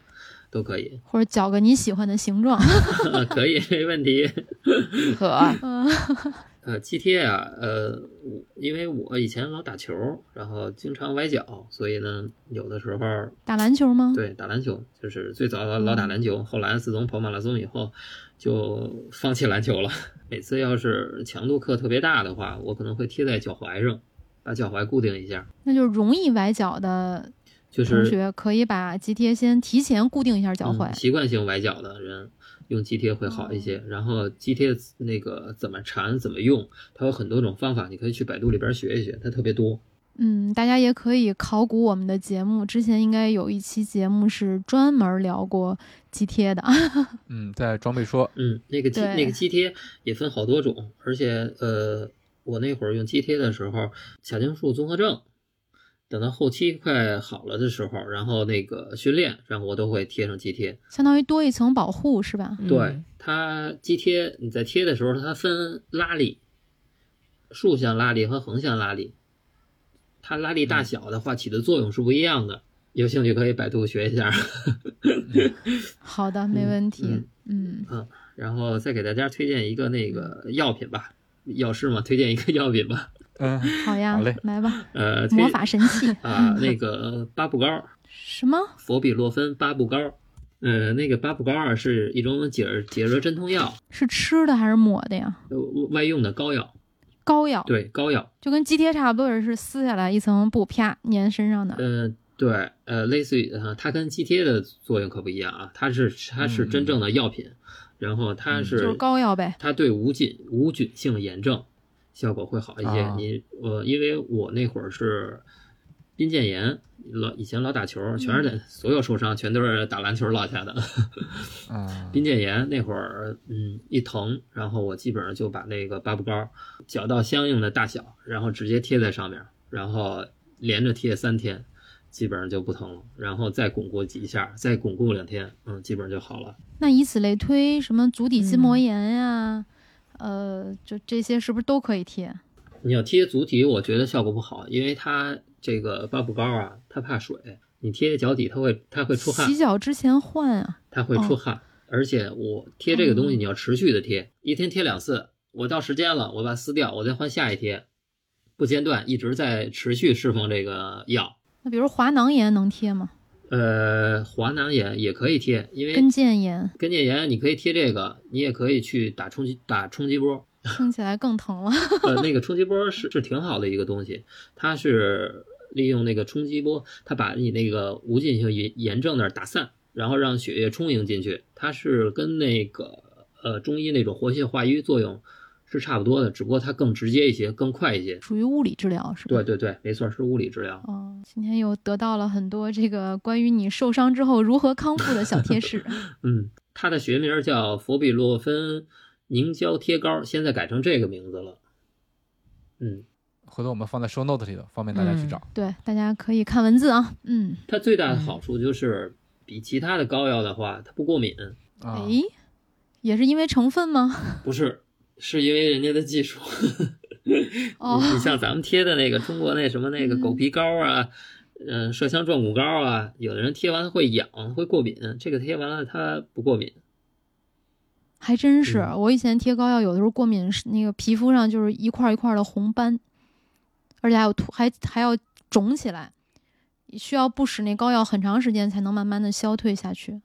Speaker 4: 都可以， 啊
Speaker 1: 或者绞个你喜欢的形状？
Speaker 4: 可以没问题。
Speaker 2: 可
Speaker 1: 嗯
Speaker 4: 呃，肌贴啊，呃，我因为我以前老打球，然后经常崴脚，所以呢，有的时候
Speaker 1: 打篮球吗？
Speaker 4: 对打篮球，就是最早老老打篮球，后来自从跑马拉松以后，就放弃篮球了。 每次要是强度课特别大的话，我可能会贴在脚踝上，把脚踝固定一下，
Speaker 1: 那就是容易崴脚的
Speaker 4: 就是
Speaker 1: 同学可以把肌贴先提前固定一下脚踝
Speaker 4: 嗯，。习惯性崴脚的人用肌贴会好一些。然后肌贴那个怎么缠、怎么用，它有很多种方法，你可以去百度里边学一学，它特别多。
Speaker 1: 嗯，大家也可以考古我们的节目，之前应该有一期节目是专门聊过肌贴的。
Speaker 3: 嗯，在装备说，
Speaker 4: 嗯，那个肌
Speaker 1: 对
Speaker 4: 那个肌贴也分好多种，而且呃，我那会儿用肌贴的时候，卡丁素综合症。等到后期快好了的时候，然后那个训练，然后我都会贴上肌贴。
Speaker 1: 相当于多一层保护是吧？
Speaker 2: 嗯
Speaker 4: 对，它肌贴，你在贴的时候，它分拉力，竖向拉力和横向拉力，它拉力大小的话起的作用是不一样的。有兴趣可以百度学一下。
Speaker 1: 好的，没问题。嗯，
Speaker 4: 然后再给大家推荐一个那个药品吧，药师嘛，推荐一个药品吧。
Speaker 3: 嗯，
Speaker 1: 好呀
Speaker 3: 好嘞，
Speaker 1: 来吧，
Speaker 4: 呃，推
Speaker 1: 魔法神 器
Speaker 4: 啊，那个八步膏，
Speaker 1: 什么？
Speaker 4: 佛比洛芬八步膏。呃，那个八步膏啊，是一种解解热镇痛药，
Speaker 1: 是吃的还是抹的呀？
Speaker 4: 呃外用的膏药。
Speaker 1: 膏药，
Speaker 4: 对，膏药。
Speaker 1: 就跟肌贴差不多，也是撕下来一层布，啪粘身上的。
Speaker 4: 嗯，对，呃，类似于呃，它跟肌贴的作用可不一样啊，它是它是
Speaker 3: 嗯
Speaker 4: 真
Speaker 3: 嗯
Speaker 4: 正的药品，然后它
Speaker 3: 嗯
Speaker 4: 是、
Speaker 1: 就是膏药呗
Speaker 4: 它对无菌无菌性炎症效果会好一些。
Speaker 3: 啊
Speaker 4: 你呃，因为我那会儿是髌腱炎，老以前老打球，全是在、所有受伤全都是打篮球落下的。
Speaker 3: 嗯，
Speaker 4: 髌腱炎那会儿，嗯，一疼，然后我基本上就把那个八步膏绞到相应的大小，然后直接贴在上面，然后连着贴三天，基本上就不疼了。然后再巩固几下，再巩固两天，嗯，基本上就好了。
Speaker 1: 那以此类推，什么足底筋
Speaker 4: 嗯
Speaker 1: 膜炎呀、呃，就这些是不是都可以贴？
Speaker 4: 你要贴足底，我觉得效果不好，因为它这个八步膏啊，它怕水，你贴脚底它会它会出汗
Speaker 1: 洗，脚之前换啊。
Speaker 4: 它会出汗。而且我贴这个东西，
Speaker 1: 哦
Speaker 4: 你要持续的贴，一天贴两次。我到时间了，我把它撕掉，我再换下一贴，不间断，一直在持续释放这个药。
Speaker 1: 那比如滑囊炎能贴吗？
Speaker 4: 呃，滑囊炎也可以贴，因为
Speaker 1: 跟腱炎
Speaker 4: 跟腱炎你可以贴这个，你也可以去打冲击打冲击波。
Speaker 1: 听起来更疼了。
Speaker 4: 呃，那个冲击波是是挺好的一个东西，它是利用那个冲击波，它把你那个无菌性炎炎症那儿打散，然后让血液充盈进去。它是跟那个呃中医那种活血化瘀作用是差不多的，只不过它更直接一些，更快一些。
Speaker 1: 属于物理治疗是吧？
Speaker 4: 对。对对，没错，是物理治疗。
Speaker 1: 哦，今天又得到了很多这个关于你受伤之后如何康复的小贴士。
Speaker 4: 嗯，它的学名叫佛比洛芬凝胶贴膏，现在改成这个名字了。嗯，
Speaker 3: 回头我们放在 show note 里头，方便大家去
Speaker 2: 嗯
Speaker 3: 找。
Speaker 1: 对，大家可以看文字啊。嗯，
Speaker 4: 它最大的好处就是比其他的膏药的话，它不过敏。
Speaker 1: 哎
Speaker 3: 啊，
Speaker 1: 诶，也是因为成分 吗？
Speaker 4: 不是，是因为人家的技术。
Speaker 1: 哦，
Speaker 4: 你像咱们贴的那个中国那什么那个狗皮膏啊，嗯、麝香壮骨膏啊，有的人贴完会痒，会过敏，这个贴完了它不过敏。
Speaker 1: 还真是。
Speaker 4: 嗯
Speaker 1: 我以前贴膏药，有的时候过敏，是那个皮肤上就是一块一块的红斑，而且还有突，还还要肿起来，需要不使那膏药很长时间才能慢慢的消退下去。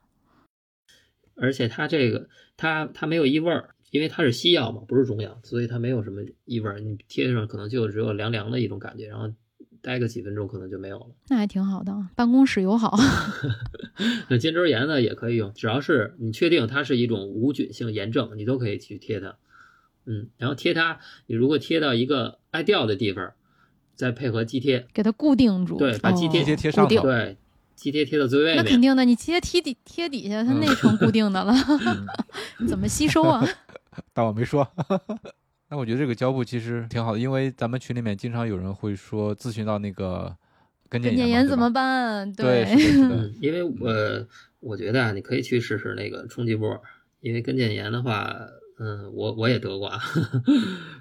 Speaker 4: 而且它这个它它没有异味儿，因为它是西药嘛，不是中药，所以它没有什么异味儿。你贴上可能就只有凉凉的一种感觉，然后待个几分钟可能就没有了。
Speaker 1: 那还挺好的啊，办公室友好。
Speaker 4: 那肩周炎呢也可以用，只要是你确定它是一种无菌性炎症，你都可以去贴它。嗯，然后贴它，你如果贴到一个爱掉的地方，再配合肌贴，
Speaker 1: 给它固定住。
Speaker 4: 对把肌
Speaker 1: 哦
Speaker 4: 贴
Speaker 3: 直接贴上
Speaker 2: 固定
Speaker 3: 头。
Speaker 4: 对，肌贴贴到最外
Speaker 1: 那肯
Speaker 4: 面，
Speaker 1: 定的，你直接贴底贴底下，它那成固定的了，
Speaker 3: 嗯
Speaker 1: 怎么吸收啊？
Speaker 3: 当我没说。 那我觉得这个胶布其实挺好的，因为咱们群里面经常有人会说咨询到那个跟腱
Speaker 1: 跟腱
Speaker 3: 炎
Speaker 1: 炎
Speaker 3: 嘛
Speaker 1: 怎么？办？
Speaker 3: 对吧对，是的，是的。
Speaker 4: 嗯，因为我我觉得啊，你可以去试试那个冲击波，因为跟腱炎的话，嗯，我我也得过 啊，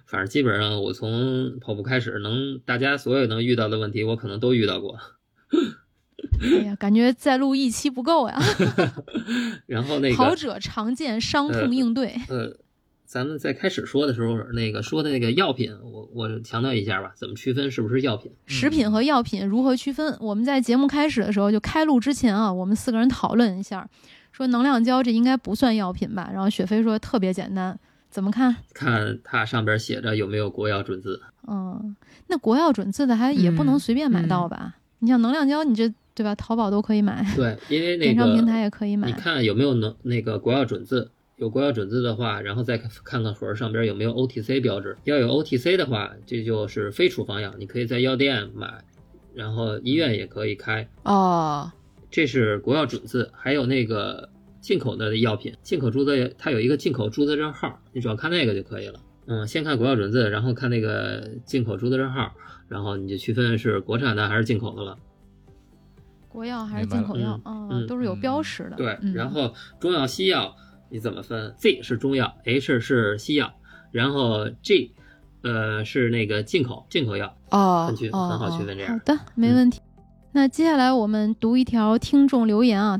Speaker 4: 反正基本上我从跑步开始，能大家所有能遇到的问题，我可能都遇到过。
Speaker 1: 哎呀，感觉再录一期不够呀。
Speaker 4: 然后那个
Speaker 1: 跑者常见伤痛应对，
Speaker 4: 呃，咱们在开始说的时候，那个说的那个药品，我我强调一下吧，怎么区分是不是药品？
Speaker 1: 食品和药品如何区分？我们在节目开始的时候就开录之前啊，我们四个人讨论一下，说能量胶这应该不算药品吧？然后雪飞说特别简单，怎么看？
Speaker 4: 看它上边写着有没有国药准字。
Speaker 1: 嗯，那国药准字的还也不能
Speaker 2: 嗯
Speaker 1: 随便买到吧？你像能量胶，你这对吧？淘宝都可以买，
Speaker 4: 对，因为那
Speaker 1: 电商
Speaker 4: 个
Speaker 1: 平台也可以买
Speaker 4: 你。看有没有能那个国药准字？有国药准字的话，然后再看看盒上边有没有 OTC 标志。要有 OTC 的话，这就是非处方药，你可以在药店买，然后医院也可以开。
Speaker 2: 哦，
Speaker 4: 这是国药准字，还有那个进口的药品，进口注册它有一个进口注册证号，你只要看那个就可以了。嗯，先看国药准字，然后看那个进口注册证号，然后你就区分是国产的还是进口的了。
Speaker 1: 国药还是
Speaker 3: 明白
Speaker 1: 进口
Speaker 4: 了
Speaker 1: 药啊
Speaker 4: 嗯，
Speaker 1: 嗯
Speaker 4: 嗯
Speaker 1: 都是有标识的。
Speaker 4: 对，
Speaker 1: 嗯
Speaker 4: 然后中药、西药你怎么分？Z 是中药，H 是西药，然后 G，呃是那个进口进口药，
Speaker 2: 哦
Speaker 4: 很区，
Speaker 2: 哦
Speaker 4: 很好区。
Speaker 2: 哦
Speaker 4: 分这
Speaker 1: 好
Speaker 4: 样。
Speaker 1: 的，没问题。那接下来我们读一条听众留言啊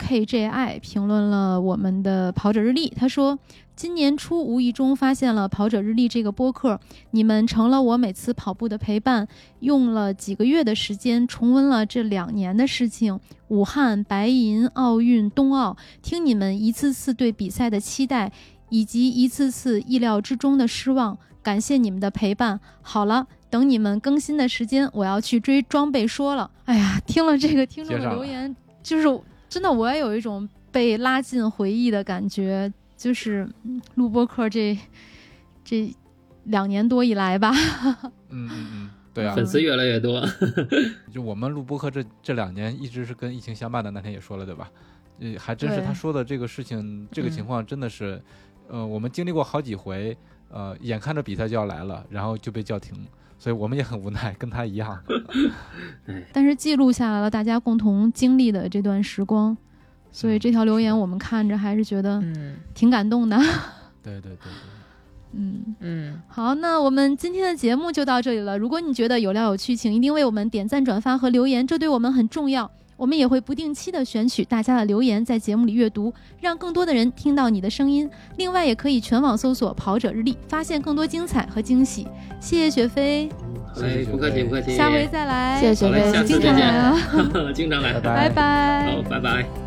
Speaker 1: ，WKJI 评论了我们的跑者日历，他说。今年初无意中发现了跑者日历这个播客，你们成了我每次跑步的陪伴。用了几个月的时间重温了这两年的事情，武汉、白银、奥运、冬奥，听你们一次次对比赛的期待，以及一次次意料之中的失望。感谢你们的陪伴。好了，等你们更新的时间，我要去追装备说了。 哎呀，听了这个听众
Speaker 3: 接
Speaker 1: 的
Speaker 3: 上了
Speaker 1: 留言，就是真的，我也有一种被拉进回忆的感觉。就是嗯录播课这这两年多以来吧，
Speaker 3: 嗯嗯嗯，对啊，
Speaker 4: 粉丝越来越多，
Speaker 3: 就我们录播客这这两年一直是跟疫情相伴的，那天也说了对吧？呃，还真是
Speaker 1: 对
Speaker 3: 他说的这个事情，这个情况真的是，呃，我们经历过好几回，呃，眼看着比赛就要来了，然后就被叫停，所以我们也很无奈，跟他一样。
Speaker 1: 但是记录下来了大家共同经历的这段时光，所以这条留言我们看着还是觉得
Speaker 2: 嗯
Speaker 1: 挺感动的。
Speaker 3: 对对对对。
Speaker 1: 嗯，
Speaker 2: 嗯，
Speaker 1: 好，那我们今天的节目就到这里了。如果你觉得有料有趣，请一定为我们点赞、转发和留言，这对我们很重要。我们也会不定期的选取大家的留言，在节目里阅读，让更多的人听到你的声音。另外，也可以全网搜索“跑者日历”，发现更多精彩和惊喜。谢谢雪飞，
Speaker 3: 谢谢
Speaker 4: 哎，不客气
Speaker 3: 雪飞
Speaker 4: 不客气，
Speaker 1: 下回再来，
Speaker 2: 谢谢雪
Speaker 4: 好嘞
Speaker 2: 飞，
Speaker 4: 下次
Speaker 1: 经
Speaker 4: 再
Speaker 1: 常来
Speaker 4: 见
Speaker 1: 啊，
Speaker 4: 经常来，
Speaker 1: 拜
Speaker 3: 拜
Speaker 1: 拜。
Speaker 4: 好，拜拜。